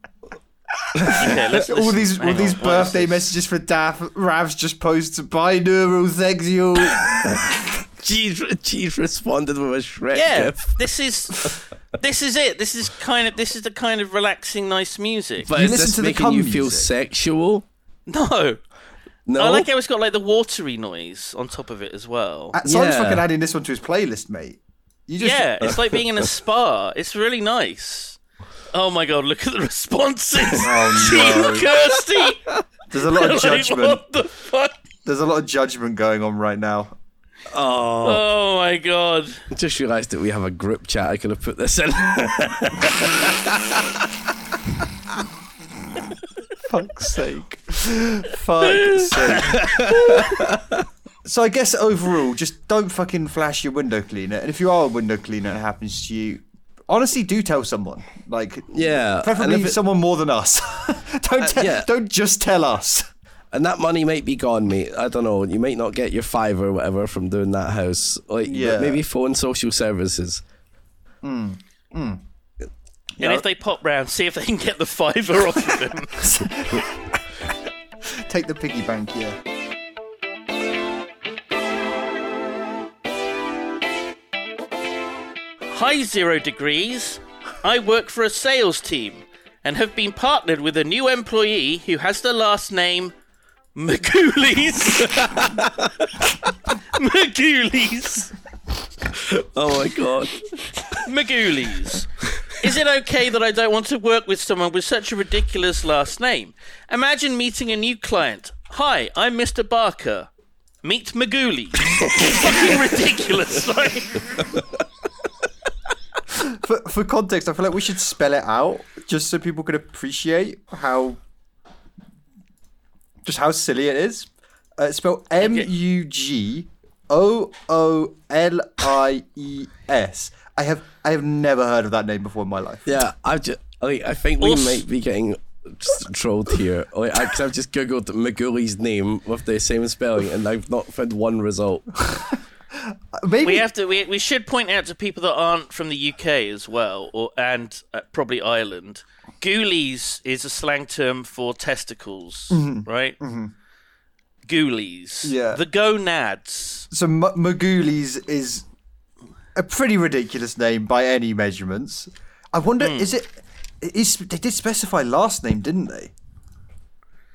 C: Okay, let's
A: Uh, all
C: listen.
A: these all
C: Hang
A: these
C: on, what is
A: birthday
C: this?
A: messages for Daff. Ravs just posts binaural sexual.
B: Jeez, Jeez responded with a Shrek
C: Yeah,
B: gif.
C: this is this is it. This is kind of this is the kind of relaxing, nice music.
B: But
A: You
B: is
A: listen
B: this
A: to the
B: making
A: cum
B: you feel
A: music.
B: sexual?
C: no,
B: No.
C: I like how it's got like the watery noise on top of it as well.
A: Uh, Simon's
B: Yeah.
A: fucking adding this one to his playlist, mate. You just
C: yeah, it's like being in a spa. It's really nice. Oh my god, look at the responses. Team Kirsty.
A: Oh, there's a lot of
C: Like,
A: judgment.
C: what the fuck?
A: There's a lot of judgment going on right now.
B: oh,
C: Oh my god.
B: just realised that we have a group chat. I could have put this in.
A: Fuck's sake. Fuck's sake. so I guess overall, just don't fucking flash your window cleaner. And if you are a window cleaner and it happens to you, honestly do tell someone. Like
B: yeah.
A: preferably
B: and, if it- Uh,
A: someone more than us. don't te-
B: yeah.
A: don't just tell us.
B: and that money might be gone, mate. I don't know. You might not get your five or whatever from doing that house. Like,
A: Yeah.
B: yeah. maybe phone social services.
C: And if they pop round, see if they can get the fiver off of them.
A: Take the piggy bank, yeah.
C: Hi, Zero Degrees. I work for a sales team and have been partnered with a new employee who has the last name Magoolies. Magoolies.
B: Oh my god.
C: Magoolies. Is it okay that I don't want to work with someone with such a ridiculous last name? Imagine meeting a new client. Hi, I'm Mr. Barker. Meet Magoolie. Fucking ridiculous. Like,
A: For, for context, I feel like we should spell it out just so people could appreciate how just how silly it is. Uh, it's spelled M U G O O L I E S. I have I have never heard of that name before in my life.
B: Yeah, I've just. Like, I think we
C: Also-
B: might be getting just trolled here. Like, I, cause I've just googled Magooly's name with the same spelling, and I've not found one result.
A: Maybe
C: we have to. We, we should point out to people that aren't from the UK as well, or and uh, probably Ireland. Goolies is a slang term for testicles, right? Goolies.
A: Mm-hmm. Yeah.
C: The gonads.
A: so. M- Magoolis is a pretty ridiculous name by any measurements. I wonder,
C: Hmm.
A: is it? Is they did specify last name, didn't they?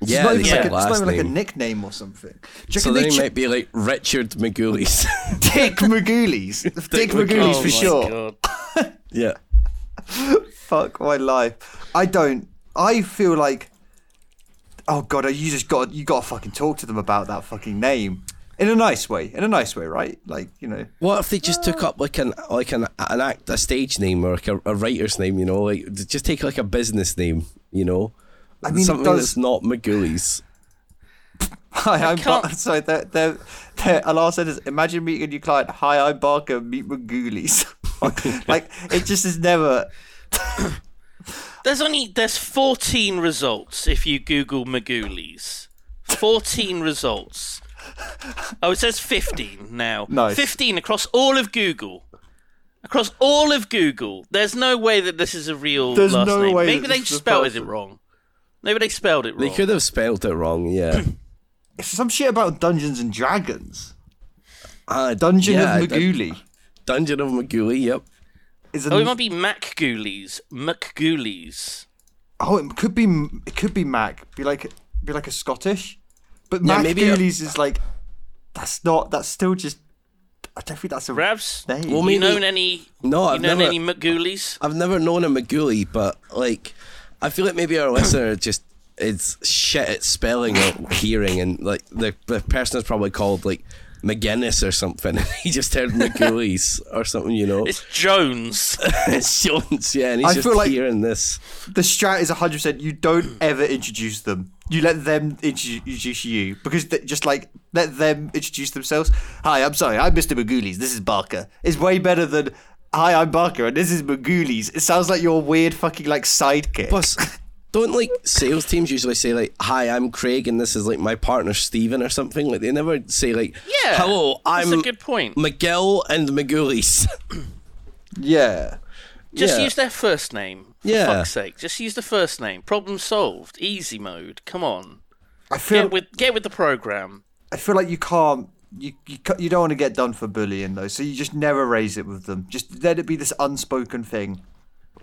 B: Yeah,
A: it's not
B: they
A: even,
B: said
A: like, a, it's not
B: last
A: even like a
B: name.
A: nickname or something. Do you
B: So
A: reckon
B: they
A: they ch-
B: might be like Richard Magooly's.
A: Dick Magoolis? Dick Magoolis
C: Oh
A: for
C: my
A: sure.
C: God.
B: yeah.
A: Fuck my life. I don't. I feel like. Oh god, you just got you got to fucking talk to them about that fucking name in a nice way. In a nice way, right? Like you know.
B: What if they just took up like an like an an act a stage name or like a, a writer's name? You know, like d- just take like a business name. You know, I
A: mean, it
B: something
A: does-
B: that's not Magooly's.
A: Hi, I'm Bar-
C: can't-
A: sorry. They're, they're, they're, our last sentence. Imagine meeting a new client. Hi, I'm Barker. Meet Magoolis. like it just is never.
C: There's only there's 14 results if you Google Magoolies. 14 results. Oh, it says 15 now.
A: Nice.
C: 15 across all of Google. Across all of Google, there's no way that this is a real
A: There's
C: last
A: no
C: name.
A: way
C: Maybe
A: that
C: they
A: this is a
C: spelled
A: person.
C: it wrong. Maybe they spelled it
B: They
C: wrong.
B: could have spelled it wrong. Yeah.
A: It's some shit about Dungeons and Dragons.
B: Ah,
A: Uh, Dungeon
B: yeah,
A: of
B: dun-
A: Magoolie.
B: Dungeon of Magooly. Yep.
A: Is a
C: Oh, it might be MacGoolies. MacGoolies.
A: Oh, it could be it could be Mac. Be like be like a Scottish, but
B: Yeah,
A: Mac
B: maybe a-
A: Goonies is like that's not that's still just. I don't think that's a
C: Ravs?
A: name.
B: Well, me-
C: You
B: Maybe-
C: known any?
B: No,
C: you
B: I've
C: known
B: never-
C: any MacGoolies?
B: I've never known a Magooly, but like, I feel like maybe our listener just is shit at spelling or hearing, and like the the person is probably called like McGinnis or something. and He just heard Magooly's or something. You know.
C: It's Jones.
B: It's Jones, yeah, and he's
A: I
B: just
A: feel like-
B: hearing this.
A: the strat is hundred percent. You don't ever introduce them. you let them introduce you because th- just like let them introduce themselves. Hi, I'm sorry, I'm Mr. Magoolies. This is Barker. It's way better than hi, I'm Barker and this is Magoolies. It sounds like your weird fucking like sidekick.
B: Plus, don't like sales teams usually say like, "Hi, I'm Craig, and this is like my partner Steven or something." Like they never say like,
C: Yeah,
B: hello,
C: that's a
B: I'm
C: good point.
B: McGill and McGoolies."
A: yeah,
C: Just
B: yeah.
C: use their first name. For
B: Yeah.
C: fuck's sake. Just use the first name. Problem solved. Easy mode. Come on.
A: I feel
C: Get with get with the program.
A: I feel like you can't. You, you ca- you don't want to get done for bullying though, so you just never raise it with them. Just let it be this unspoken thing.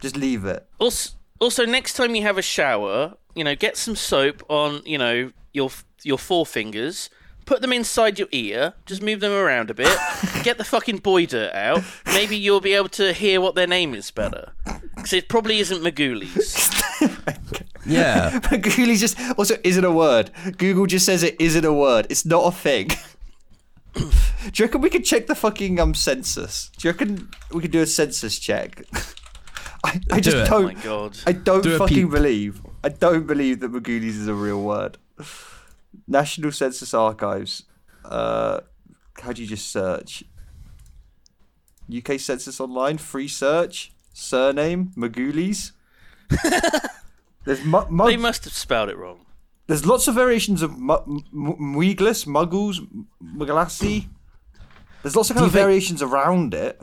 A: Just leave it.
C: Also, also next time you have a shower, you know, get some soap on, you know, your your forefingers. Put them inside your ear. Just move them around a bit. get the fucking boy dirt out. Maybe you'll be able to hear what their name is better. Because it probably isn't Magoolies.
B: yeah,
A: But Googly's just also isn't a word. Google just says it isn't a word. It's not a thing. do you reckon we could check the fucking um census? Do you reckon we could do a census check? I, I just
B: it.
A: don't.
C: Oh my God.
A: I don't
B: Do a
A: fucking
B: peep.
A: believe. I don't believe that Magoolies is a real word. National Census Archives. Uh, how do you just search? UK Census Online, free search, surname, Magoolies. There's mu- mu-
C: They must have spelled it wrong.
A: there's lots of variations of mu- m- m- Muiglas, Muggles, M- Mugalassi. There's lots of kind of
B: think-
A: variations around it.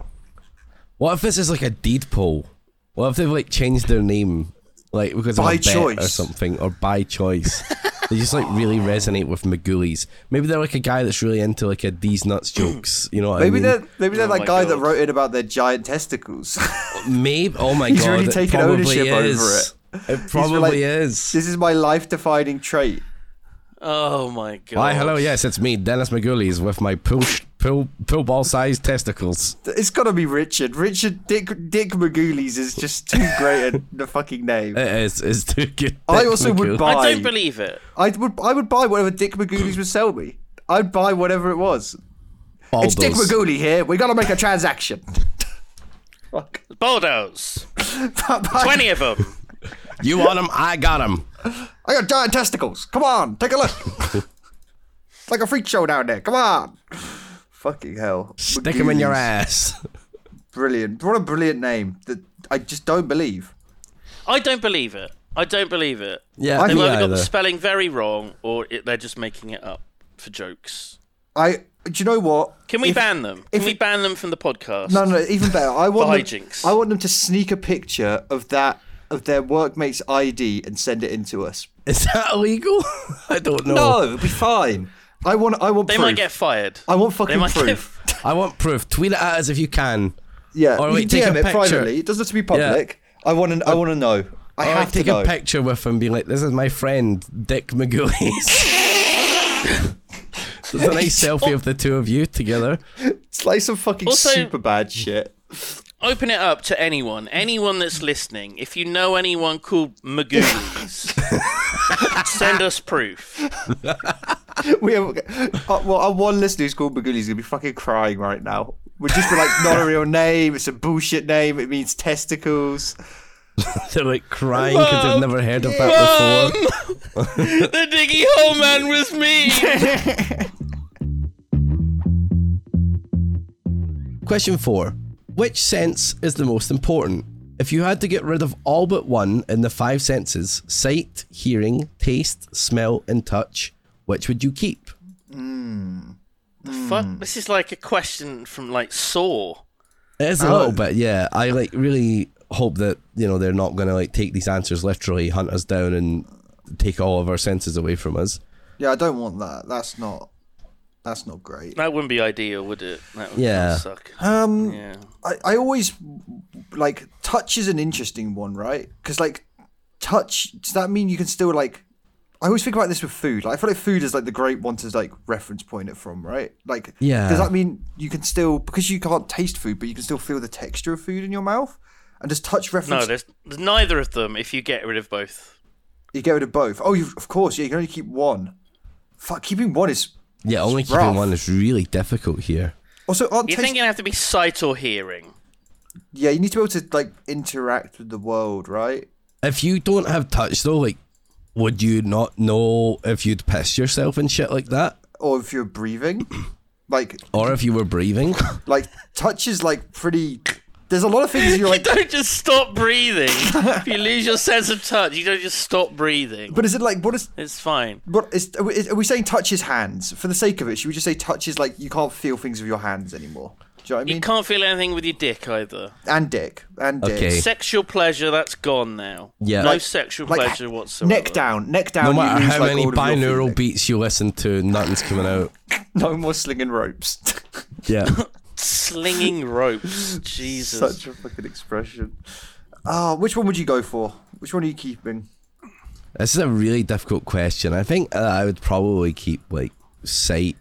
B: what if this is like a deed poll? What if they've like changed their name, like because
A: By
B: of a bet or
A: choice.
B: something, or by choice? they just like really resonate with McGoolies. Maybe they're like a guy that's really into like a these nuts jokes. You know what
A: Maybe
B: I mean?
A: they're maybe they're
C: Oh
A: that
C: my
A: guy that
C: God.
A: wrote in about their giant testicles.
B: Maybe. Oh my
A: He's
B: god,
A: really
B: it
A: taken
B: probably
A: ownership over
B: is. It probably
A: like-
B: is.
A: this is my life-defining trait.
C: Oh my god.
B: Why, hello, yes, it's me, Dennis McGoolies, with my pool, sh- pool, pool ball sized testicles.
A: It's gotta be Richard. Richard Dick Dick Magoolies is just too great a the fucking name.
B: It is, it's too good.
A: I
B: Uh, Dick
A: also would
B: McGool-
A: buy-
C: I
A: I-
C: don't believe it.
A: I would I would buy whatever Dick Magoolies would sell me. I'd buy whatever it was. It's Dick
B: Baldos.
A: Magoolie here. We gotta make a transaction. Fuck.
C: Bulldoze. Twenty of them.
B: You want him? I got him.
A: I got giant testicles. Come on, take a look. it's like a freak show down there. Come on. Fucking hell.
B: Stick him in your
A: Magoolies.
B: ass.
A: Brilliant. What a brilliant name that I just don't believe.
C: I don't believe it. I don't believe it.
B: Yeah,
A: I
C: They've
A: Me
C: either got
B: either.
C: the spelling very wrong, or it, they're just making it up for jokes.
A: I. Do you know what?
C: Can we
A: If-
C: ban them? Can
A: if
C: we
A: it-
C: ban them from the podcast?
A: No, no, even better. I want them,
C: hijinks.
A: I want them to sneak a picture of that of their workmate's ID and send it in to us.
B: Is that illegal? I don't know.
A: No, it'll be fine. I want. I want.
C: They
A: proof.
C: might get fired.
A: I want fucking
C: They might get.
A: proof.
B: I want proof. Tweet it at us if you can.
A: Yeah.
B: Or
A: you
B: Oh, wait,
A: can
B: take
A: DM
B: a
A: it
B: picture.
A: privately. It doesn't have to be public. I want. to I want to know. I
B: Or
A: have
B: like, Oh, take
A: to know.
B: a picture with him, be like, this is my friend, Dick McGoolies. There's a nice selfie of the two of you together.
A: It's like some fucking
C: Also-
A: super bad shit.
C: Open it up to anyone. Anyone that's listening. If you know anyone called Magoolies, send us proof.
A: We have uh, well, our one listener who's called Magoolie's gonna be fucking crying right now. We'd just be like, not a real name. It's a bullshit name. It means testicles.
B: They're like crying because they've
C: Mom.
B: never heard of that before.
C: the diggy hole man was me.
B: Question four Which sense is the most important? If you had to get rid of all but one in the five senses sight, hearing, taste, smell, and touch which would you keep?
C: Fuck. This is like a question from like Saw.
B: It is a
A: Oh.
B: little bit, yeah. I like really hope that, you know, they're not going to like take these answers literally, hunt us down and take all of our senses away from us.
A: Yeah, I don't want that. That's not. That's not great.
C: That wouldn't be ideal, would it? That would kinda
B: Yeah.
C: suck.
A: Um,
C: yeah.
A: I, I always like touch is an interesting one, right? Because like touch does that mean you can still like? I always think about this with food. Like, I feel like food is like the great one to like reference point it from, right? Like,
B: Yeah.
A: Does that mean you can still because you can't taste food, but you can still feel the texture of food in your mouth? And does touch
C: No,
A: reference?
C: there's, there's neither of them if you get rid of both.
A: you get rid of both. Oh, you of course. Yeah, you can only keep one. Fuck, keeping one is
B: Yeah, only keeping
A: rough.
B: one is really difficult here.
A: also aren't
C: You're
A: taste-
C: thinking have to be sight or hearing.
A: Yeah, you need to be able to like interact with the world, right?
B: If you don't have touch though, like would you not know if you'd pissed yourself and shit like that,
A: or if you're breathing, like
B: or if you were breathing?
A: like touch is like pretty. There's a lot of things you're
C: You
A: like.
C: don't just stop breathing. if you lose your sense of touch, you don't just stop breathing.
A: But is it like what is?
C: it's fine.
A: What is? Are we, is- are we saying touch is hands for the sake of it? Should we just say touch is like you can't feel things with your hands anymore? Do you know what I
C: You
A: mean?
C: can't feel anything with your dick either.
A: And dick and dick.
B: Okay.
C: Sexual pleasure, that's gone now.
B: Yeah.
C: No
B: Like-
C: sexual
A: Like
C: pleasure whatsoever.
A: neck down, neck down.
B: No
A: you
B: matter
A: lose,
B: how
A: like,
B: many
A: all of your
B: binaural
A: feeling.
B: beats you listen to, nothing's coming out.
A: No more slinging ropes.
B: Yeah.
C: Slinging ropes. Jesus.
A: Such a fucking expression. Ah, which one would you go for? Which one are you keeping?
B: This is a really difficult question. I think uh, I would probably keep like sight.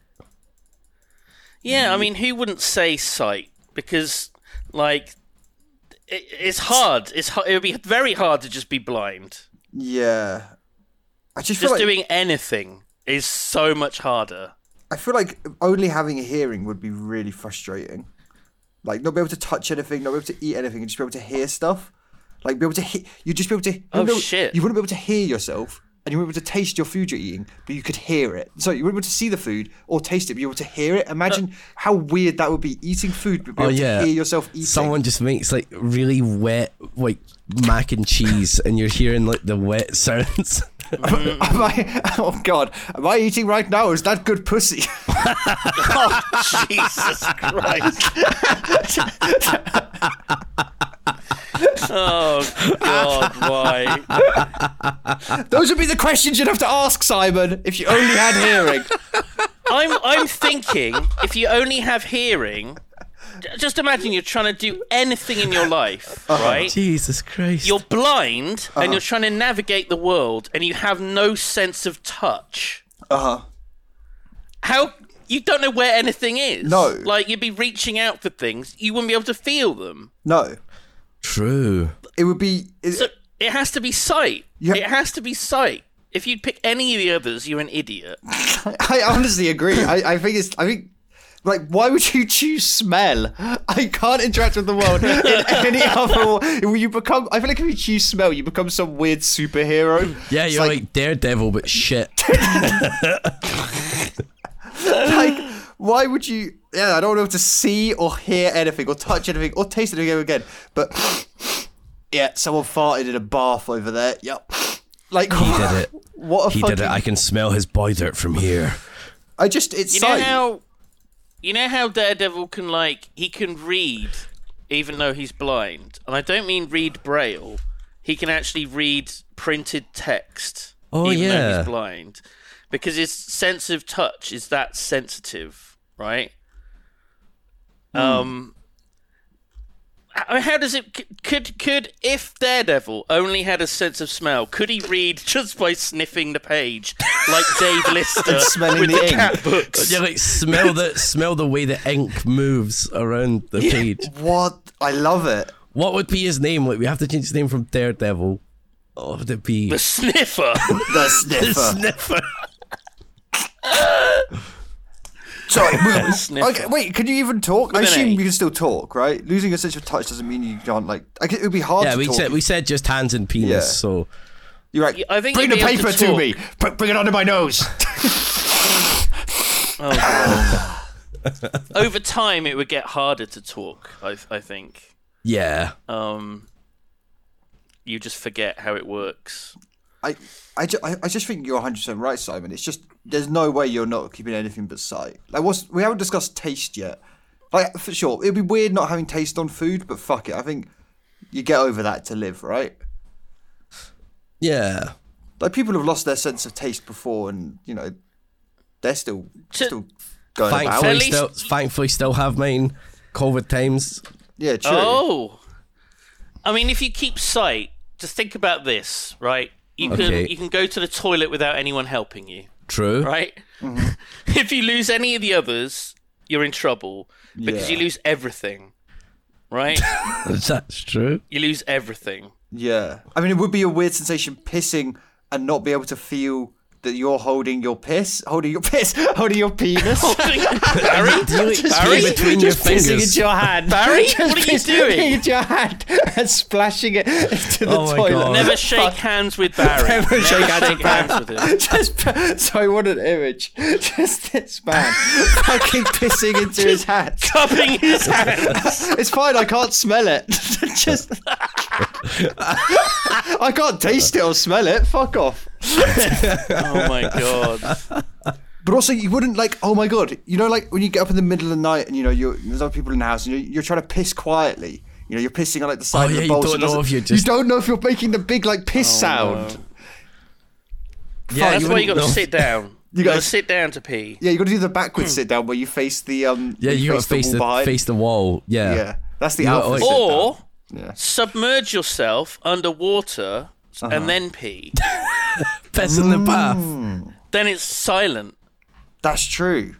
C: Yeah, I mean, who wouldn't say sight? Because, like, it, it's hard. It's hard. It would be very hard to just be blind.
A: Yeah, I just feel like
C: Just doing anything is so much harder.
A: I feel like only having a hearing would be really frustrating. Like not be able to touch anything, not be able to eat anything, and just be able to hear stuff. Like be able to hear, you'd just be able to. you
C: Oh,
A: wouldn't be able-
C: shit.
A: You wouldn't be able to hear yourself, and you wouldn't be able to taste your food you're eating, but you could hear it. So you wouldn't be able to see the food or taste it, but you were able to hear it. Imagine
C: Uh,
A: how weird that would be eating food, but be
B: Oh
A: able
B: yeah.
A: to hear yourself eating.
B: Someone just makes like really wet like mac and cheese, and you're hearing like the wet sounds.
A: Am I, oh God, am I eating right now? Is that good pussy?
C: Jesus Christ. oh, God, why?
A: Those would be the questions you'd have to ask, Simon, if you only had hearing.
C: I'm, I'm thinking if you only have hearing, j- just imagine you're trying to do anything in your life, right?
B: Jesus Christ.
C: You're blind and you're trying to navigate the world and you have no sense of touch.
A: Uh huh.
C: How you don't know where anything is.
A: No.
C: Like you'd be reaching out for things, you wouldn't be able to feel them.
A: No,
B: True.
A: it would be. It,
C: So it has to be sight.
A: Yeah.
C: It has to be sight. If you'd pick any of the others, you're an idiot.
A: I honestly agree. I, I think it's. I think. Like, why would you choose smell? I can't interact with the world in any other way. You become. I feel like if you choose smell, you become some weird superhero.
B: Yeah,
A: It's
B: you're like, Daredevil, but shit.
A: like, why would you? Yeah, I don't want to see or hear anything or touch anything or taste anything ever again. But yeah, someone farted in a bath over there. Yep. Like he
B: did it.
A: What a
B: He
A: fucking.
B: did it. I can smell his boy dirt from here.
A: I just it's
C: You
A: sight.
C: know how you know how Daredevil can like he can read even though he's blind. And I don't mean read braille. He can actually read printed text
B: Oh,
C: even though
B: yeah.
C: he's blind. Because his sense of touch is that sensitive, right?
B: Hmm.
C: Um I mean, how does it c- could could if Daredevil only had a sense of smell, could he read just by sniffing the page like Dave Lister
A: smelling
C: with
A: the
C: the,
A: ink.
C: cat books?
B: Yeah, like smell the smell the way the ink moves around the page.
A: What I love it.
B: What would be his name? Like we have to change his name from Daredevil. What would it be?
C: The sniffer.
A: The sniffer.
B: Sniffer.
A: Sorry. we-
C: sniffer.
A: okay, wait. Can you even talk? I
C: an
A: assume
C: A.
A: you can still talk, right? Losing a sense of touch doesn't mean you can't like. I c- it would be hard
B: Yeah,
A: to
B: we
A: talk.
B: said we said just hands and penis.
A: Yeah.
B: So
A: You're right.
C: I think
A: bring the
C: you'd be able
A: paper
C: to
A: to,
C: talk.
A: me. Br- bring it under my nose.
C: Over time, it would get harder to talk. I, I think
B: yeah,
C: um, you just forget how it works.
A: I, I, ju- I I just think you're 100% right, Simon. It's just, there's no way you're not keeping anything but sight. Like, what's, we haven't discussed taste yet. Like, for sure, it'd be weird not having taste on food, but fuck it. I think you get over that to live, right?
B: yeah.
A: Like, people have lost their sense of taste before, and, you know, they're still,
C: To-
A: still going
B: Thankfully,
A: about.
C: At least-
B: still thankfully still have mine. COVID times.
A: Yeah, true.
C: Oh, I mean, if you keep sight, just think about this, right? You can
B: Okay.
C: you can go to the toilet without anyone helping you,
B: True.
C: right?
A: Mm-hmm.
C: if you lose any of the others, you're in trouble because
A: Yeah.
C: you lose everything, right?
B: That's true.
C: you lose everything.
A: Yeah. I mean, it would be a weird sensation pissing and not be able to feel
D: that you're holding your piss, holding your piss, holding your penis,
C: Barry, Barry,
B: Barry? between your
A: just pissing
B: fingers.
A: into your hand.
C: Barry,
A: Just
C: what are you
A: pissing
C: doing?
A: Into your hand and splashing it into the
B: Oh my
A: toilet.
B: God.
C: Never shake hands with Barry. Never shake hands with him.
A: Just so what an image. Just this man fucking pissing into his hat.
C: Cupping his hands.
D: It's fine. I can't smell it. Just. I can't taste it or smell it. Fuck off.
C: Oh my god.
D: But also, you wouldn't like. Oh my god! You know, like when you get up in the middle of the night and you know you're, there's other people in the house and you're, you're trying to piss quietly. You know, you're pissing on like the
B: Oh,
D: side of
B: yeah,
D: the
B: you
D: bowl.
B: don't
D: so it
B: know
D: doesn't-
B: if you're just-
D: You don't know if you're making the big like piss
B: Oh,
D: sound.
B: Yeah,
C: That's why you got to
B: wouldn't know.
C: sit down. You got
D: gotta
C: to sit down to pee.
D: Yeah, you got to do the backwards sit down where you face the um.
B: Hmm. Yeah, you got to
D: the
B: face
D: wall
B: the
D: behind.
B: face the wall. Yeah.
D: Yeah, that's the Oh,
B: You gotta
D: alpha.
B: always-
D: sit down.
C: Or
D: Yeah.
C: submerge yourself underwater and then pee.
B: Piss in the bath.
C: then it's silent.
D: that's true.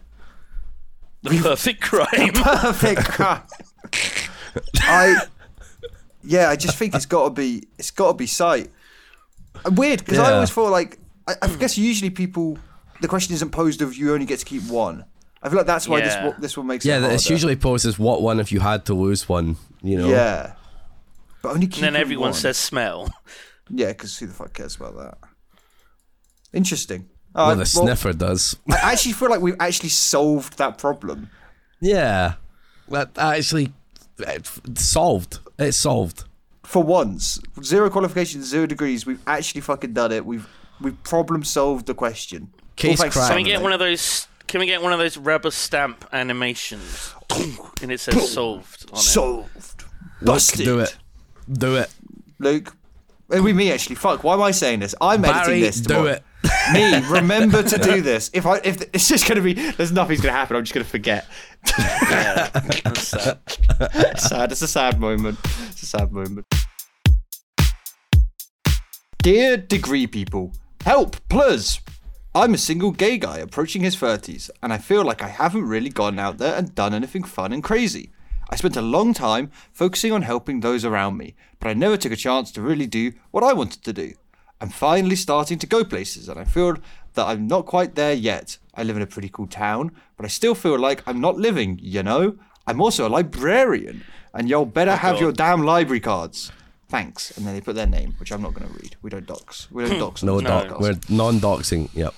C: The perfect crime.
D: Perfect. crime. I. Yeah, I just think it's got to be. It's got to be sight. And Uh, Weird because I
B: Yeah. Hmm.
D: always feel like I, I guess usually people the question isn't posed of you only get to keep one. I feel like that's why
C: Yeah.
D: this one, this one makes
B: Yeah,
D: it
B: that it's
D: harder.
B: usually posed as what one if you had to lose one. You know.
D: yeah. But only keep
C: and then everyone
D: one.
C: says smell.
D: yeah because who the fuck cares about that? Interesting.
B: Well,
D: Alright,
B: the sniffer does.
D: I actually feel like we've actually solved that problem.
B: Yeah. That actually it solved. It's solved.
D: for once, zero qualifications, zero degrees. We've actually fucking done it. We've we've problem solved the question.
B: Case
D: thanks to
B: cracked.
D: Sam,
C: Can we get
D: mate.
C: one of those? Can we get one of those rubber stamp animations? and it says solved on it.
D: solved?
B: Look,
D: Busted.
B: do it. Do it.
D: Luke. It'll be me actually. Fuck. Why am I saying this? I'm editing
B: Barry,
D: this.
B: do
D: tomorrow.
B: it.
D: me. Remember to do this. If I if it's just gonna be there's nothing's gonna happen. I'm just gonna forget.
C: Yeah, that's that.
D: It's sad. It's a sad moment. It's a sad moment. Dear degree people, help, plus. I'm a single gay guy approaching his 30s, and I feel like I haven't really gone out there and done anything fun and crazy. I spent a long time focusing on helping those around me, but I never took a chance to really do what I wanted to do. I'm finally starting to go places, and I feel that I'm not quite there yet. I live in a pretty cool town, but I still feel like I'm not living, you know? I'm also a librarian, and y'all better
C: Oh,
D: have your damn library cards. Thanks. And then they put their name, which I'm not going to read. We don't dox. We
C: Hmm.
D: don't dox. on
B: No,
D: this
B: doc.
D: podcast.
B: We're non-doxing. Yep.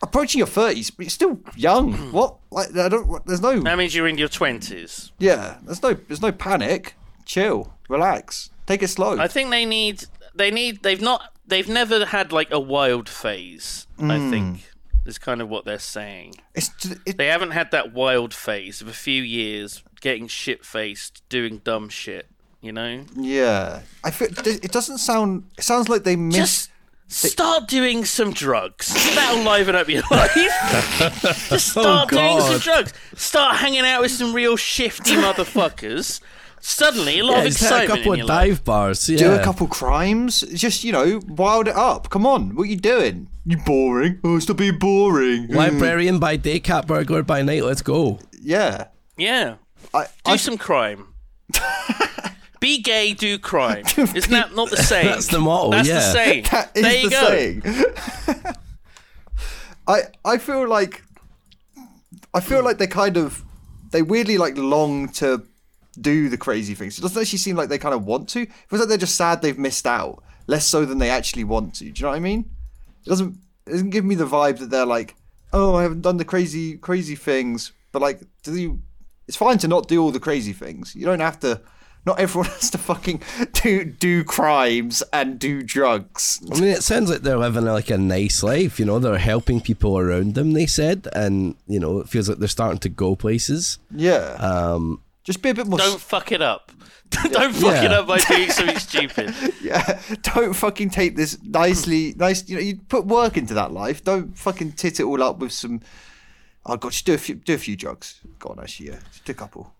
D: approaching your thirties, but you're still
C: Hmm.
D: young. what? Like I don't. There's no.
C: that means you're in your twenties.
D: Yeah. There's no. There's no panic. Chill. Relax. Take it slow.
C: I think they need. They need. They've not. They've never had like a wild phase.
B: Mm.
C: I think is kind of what they're saying.
D: it's. t- It,
C: They haven't had that wild phase of a few years getting shit faced, doing dumb shit. You know,
D: yeah. I feel. It doesn't sound. It sounds like they miss.
C: just start doing some drugs. That'll liven up your life. just start doing some
B: Oh, God.
C: drugs. Start hanging out with some real shifty motherfuckers. Suddenly, a lot of
B: Yeah, just hit a
C: excitement
B: couple
C: in your
B: of
C: life.
B: dive bars. Yeah.
D: do a couple crimes. Just you know, wild it up. Come on. What you doing? You boring. Oh, stop being boring.
B: Librarian by day, cat burglar by night. Let's go.
D: Yeah.
C: Yeah,
D: I.
C: do
D: I
C: some crime. Be gay, do crime. Isn't that not the same?
B: That's the motto,
C: That's the
B: yeah.
C: saying.
D: that is
C: there you
D: the
C: go.
D: saying. I I feel like I feel like they kind of they weirdly like long to do the crazy things. It doesn't actually seem like they kind of want to. It feels like they're just sad they've missed out, less so than they actually want to. Do you know what I mean? It doesn't it doesn't give me the vibe that they're like, oh, I haven't done the crazy crazy things, but like, do you? It's fine to not do all the crazy things. You don't have to. Not everyone has to fucking do do crimes and do drugs.
B: I mean, it sounds like they're living like a nice life. You know, they're helping people around them. They said, and you know, it feels like they're starting to go places.
D: Yeah. Um, just be a bit more.
C: Don't fuck it up. Don't fuck it
B: Yeah.
C: up by doing something stupid.
D: yeah, don't fucking take this nicely. Nice, you know, you put work into that life. Don't fucking tit it all up with some. Oh god, just do a few, do a few drugs. God, actually, yeah, just do a couple.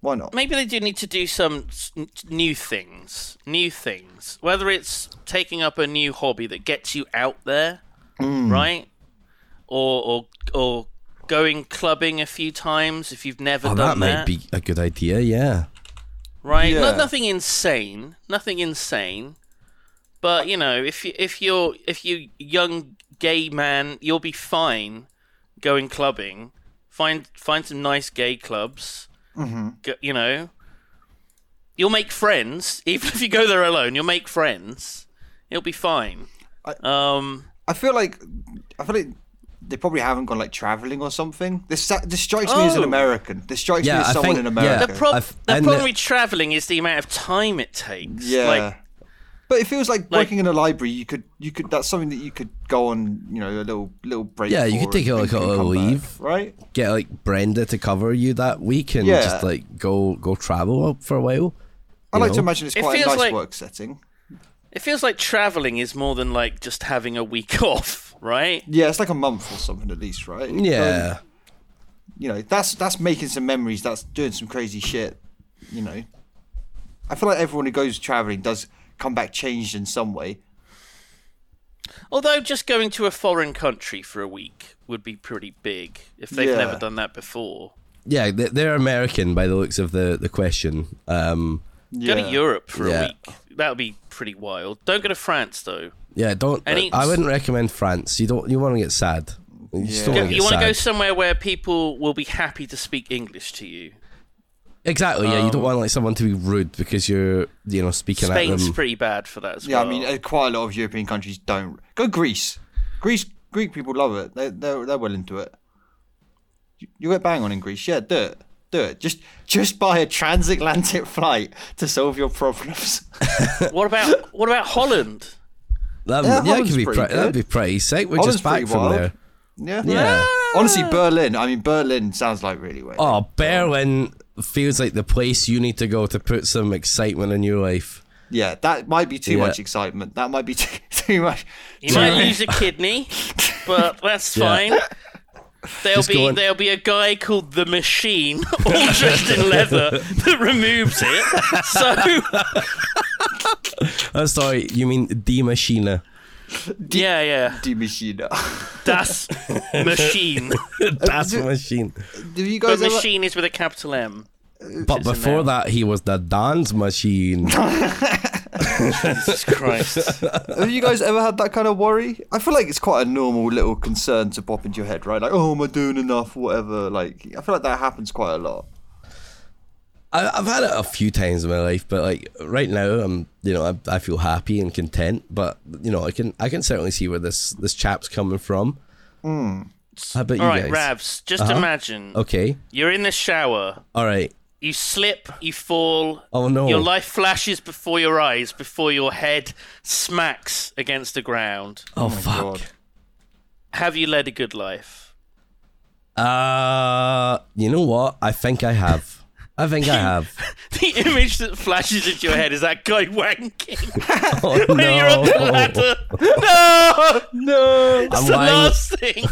D: Why not?
C: maybe they do need to do some s- n- new things new things whether it's taking up a new hobby that gets you out there
D: Mm.
C: right or or or going clubbing a few times if you've never
B: Oh,
C: done
B: that might be a good idea. Yeah.
C: right
D: Yeah.
C: Not, nothing insane nothing insane but you know if you if you're if you young gay man. You'll be fine going clubbing. Find find some nice gay clubs. Go, you know, you'll make friends even if you go there alone. You'll make friends. It'll be fine. um,
A: I feel like I feel like they probably haven't gone like traveling or something. This this strikes me as an
C: Oh.
A: American. This strikes
B: Yeah,
A: me as
B: I
A: someone
B: think-
A: in
B: yeah.
A: America.
C: The, prob-
B: I've-
C: the
B: and
C: problem
B: the-
C: with traveling is the amount of time it takes.
A: Yeah.
C: Like,
A: but it feels like, working in a library. You could, you could. That's something that you could go on. You know, a little, little break.
B: Yeah, you could
A: for
B: take a-
A: and
B: like a
A: come
B: little
A: back,
B: leave.
A: right?
B: Get like Brenda to cover you that week and
A: Yeah.
B: just like go go travel up for a while.
A: I
B: you
A: like to
B: know?
A: imagine it's
C: It
A: quite a
C: feels
A: nice
C: like-
A: work setting.
C: it feels like traveling is more than like just having a week off, right?
A: Yeah, it's like a month or something at least, right? Um,
B: Yeah,
A: you know, that's that's making some memories. That's doing some crazy shit. You know, I feel like everyone who goes traveling does come back changed in some way.
C: Although just going to a foreign country for a week would be pretty big if they've
A: Yeah.
C: never done that before.
B: yeah, they- they're American by the looks of the the question. Um,
A: Yeah.
C: Go to Europe for
B: Yeah.
C: a week. That would be pretty wild. Don't go to France though.
B: yeah, don't.
C: And it's-
B: I wouldn't recommend France. You don't. You want to get sad. You just don't
A: Yeah.
B: want to
C: you
B: get
C: want to
B: sad.
C: go somewhere where people will be happy to speak English to you.
B: exactly. Yeah, you
A: Um,
B: don't want like someone to be rude because you're you know speaking at
C: Spain's
B: them.
C: pretty bad for that as
A: Yeah,
C: well.
A: I mean, uh, quite a lot of European countries don't. Go Greece. Greece, Greek people love it. They they're, they're well into it. You, you get bang on in Greece. Yeah, do it. Do it. Just just buy a transatlantic flight to solve your problems.
C: what about what about Holland?
B: That,
A: Yeah,
B: yeah, that
A: Holland's
B: could be
A: pretty
B: pre- that'd be
A: good.
B: pretty sick. We're
A: Holland's
B: just back
A: pretty
B: from
A: wild.
B: there.
A: Yeah.
B: Yeah.
A: Honestly, Berlin. I mean, Berlin sounds like really weird.
B: Oh, Berlin feels like the place you need to go to put some excitement in your life.
A: Yeah, that might be too
B: Yeah.
A: much excitement. That might be too, too much.
C: You might lose a kidney, but that's fine. There'll
B: Just go
C: be
B: on.
C: there'll be a guy called the Machine, all dressed in leather, that removes it. So
B: Oh, sorry, you mean the
A: Uh,
B: machina.
C: yeah, yeah,
A: D machine. Have
C: that's Machine.
B: That's a machine.
A: you
C: But
A: guys ever?
C: Machine is with a capital M.
B: But
C: It's in
B: before
C: there.
B: that, he was the dance machine.
C: Jesus Christ.
A: Have you guys ever had that kind of worry? I feel like it's quite a normal little concern to pop into your head, right? Like, oh, am I doing enough? Whatever. Like, I feel like that happens quite a lot.
B: I, I've had it a few times in my life, but like right now, I'm you know I, I feel happy and content. But you know I can I can certainly see where this this chap's coming from.
A: Hmm.
B: How about
C: All
B: you
C: right,
B: guys?
C: Ravs. Just imagine
B: Uh-huh. Okay,
C: you're in the shower.
B: all right.
C: You slip. You fall.
B: Oh, no.
C: Your life flashes before your eyes. Before your head smacks against the ground.
B: Oh, fuck.
A: God.
C: Have you led a good life?
B: Uh, you know what? I think I have. I think I have.
C: The image that flashes into your head is that guy wanking
B: Oh no!
C: when you're up the ladder.
A: No.
C: No, it's
B: I'm
C: the
B: lying.
C: last thing.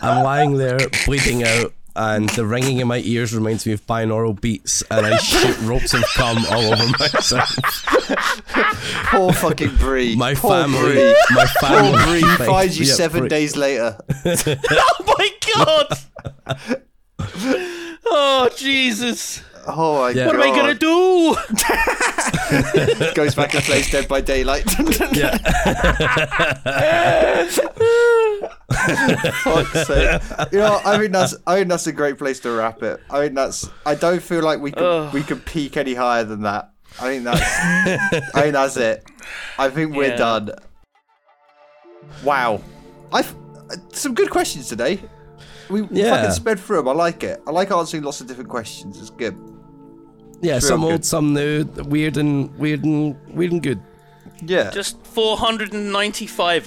B: I'm lying there bleeding out, and the ringing in my ears reminds me of binaural beats, and I shoot ropes of cum all over myself.
A: Poor fucking Brie.
B: My
A: Poor
B: family,
A: Brie.
B: my
A: Poor
B: family
A: Brie finds you
B: Yeah,
A: seven
B: Brie.
A: days later.
C: Oh my god. Oh Jesus!
A: Oh my
B: Yeah.
A: god!
C: What am I gonna do?
A: Goes back and plays Dead by Daylight.
B: Yeah,
A: Fuck's sake. You know, I mean that's I mean that's a great place to wrap it. I mean that's I don't feel like we could we could peak any higher than that. I think that's I think that's it. I think we're
C: Yeah.
A: done. Wow, I've uh, some good questions today. We
B: Yeah.
A: fucking sped through them. I like it. I like answering lots of different questions. It's good.
B: yeah. Some
A: good.
B: old, some new, weird and weird and weird and good.
A: Yeah,
C: Just 495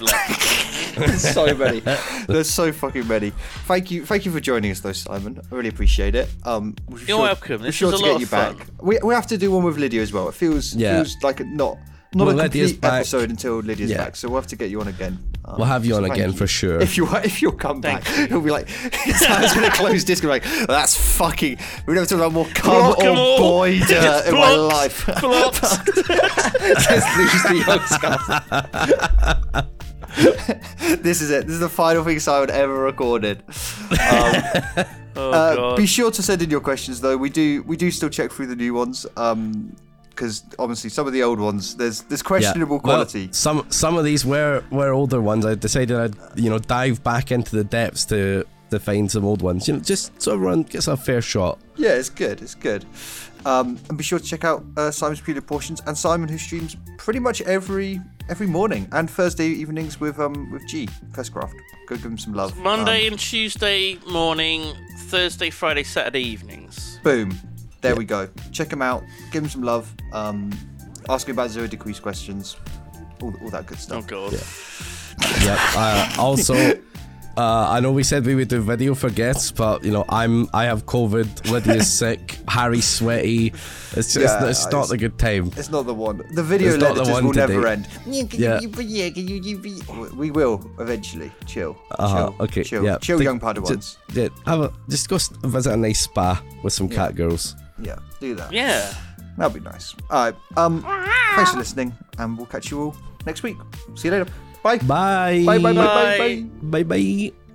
C: left.
A: there's so many. There's so fucking many. Thank you, thank you for joining us, though, Simon. I really appreciate it. Um, we're
C: You're welcome.
A: We're
C: This
A: sure
C: was
A: to
C: a
A: get
C: lot
A: you
C: of fun.
A: back. We, we have to do one with Lydia as well. It feels
B: Yeah.
A: feels like a, not not
B: Well,
A: a
B: Lydia's
A: complete
B: back.
A: episode until Lydia's
B: Yeah.
A: back, so we'll have to get you on again. Um,
B: We'll have you
A: so
B: on
A: thank
B: again
A: you.
B: for sure.
A: If you if you'll come
C: Thank
A: back, he'll be like, Simon's gonna close disc and be like, that's fucking. We never talked about more cum
C: Block 'em
A: or
C: all.
A: boy dirt
C: Just
A: in my
C: blocks,
A: life.
C: Blocks.
A: Just lose the Oscars. this is it. This is the final thing Simon ever recorded. Um,
C: Oh
A: uh,
C: god.
A: be sure to send in your questions though. We do we do still check through the new ones. Um,
D: because obviously some of the old ones there's there's questionable
B: Well,
D: quality.
B: some some of these were were older ones. I decided I'd you know dive back into the depths to to find some old ones. You know, just so everyone gets a fair shot.
D: Yeah, it's good. It's good. Um, and be sure to check out uh, Simon's Peeler Portions and Simon, who streams pretty much every every morning and Thursday evenings with um with G Festcraft. Go give him some love.
C: Monday
D: Um,
C: and Tuesday morning, Thursday, Friday, Saturday evenings.
D: boom. There we go. Check him out. Give him some love. Um, ask him about zero degrees questions. All, all that good
C: Oh
D: stuff.
C: god.
B: Yep. Uh, also, uh, I know we said we would do video for guests, but you know I'm I have COVID. Lydia's sick. Harry's sweaty. It's just
D: Yeah,
B: it's not
D: it's-
B: a good time.
D: It's not the one. The video
B: It's not the
D: editors
B: one
D: will
B: to
D: never
B: do.
D: end. Yeah, can
B: Yeah.
D: you- yeah, can you- you- you- We will eventually. Chill.
B: Uh-huh,
D: Chill.
B: okay.
D: Chill.
B: Yeah.
D: Chill,
B: Think-
D: young Padawans.
B: ju- Yeah. Have a, just go s- visit a nice spa with some cat girls.
D: Yeah. Do that.
C: Yeah.
D: That'd be nice. All right. Um, thanks for listening, and we'll catch you all next week. See you later. Bye.
B: Bye.
D: Bye. Bye. Bye. bye,
C: Bye.
B: Bye.
D: bye.
B: Bye.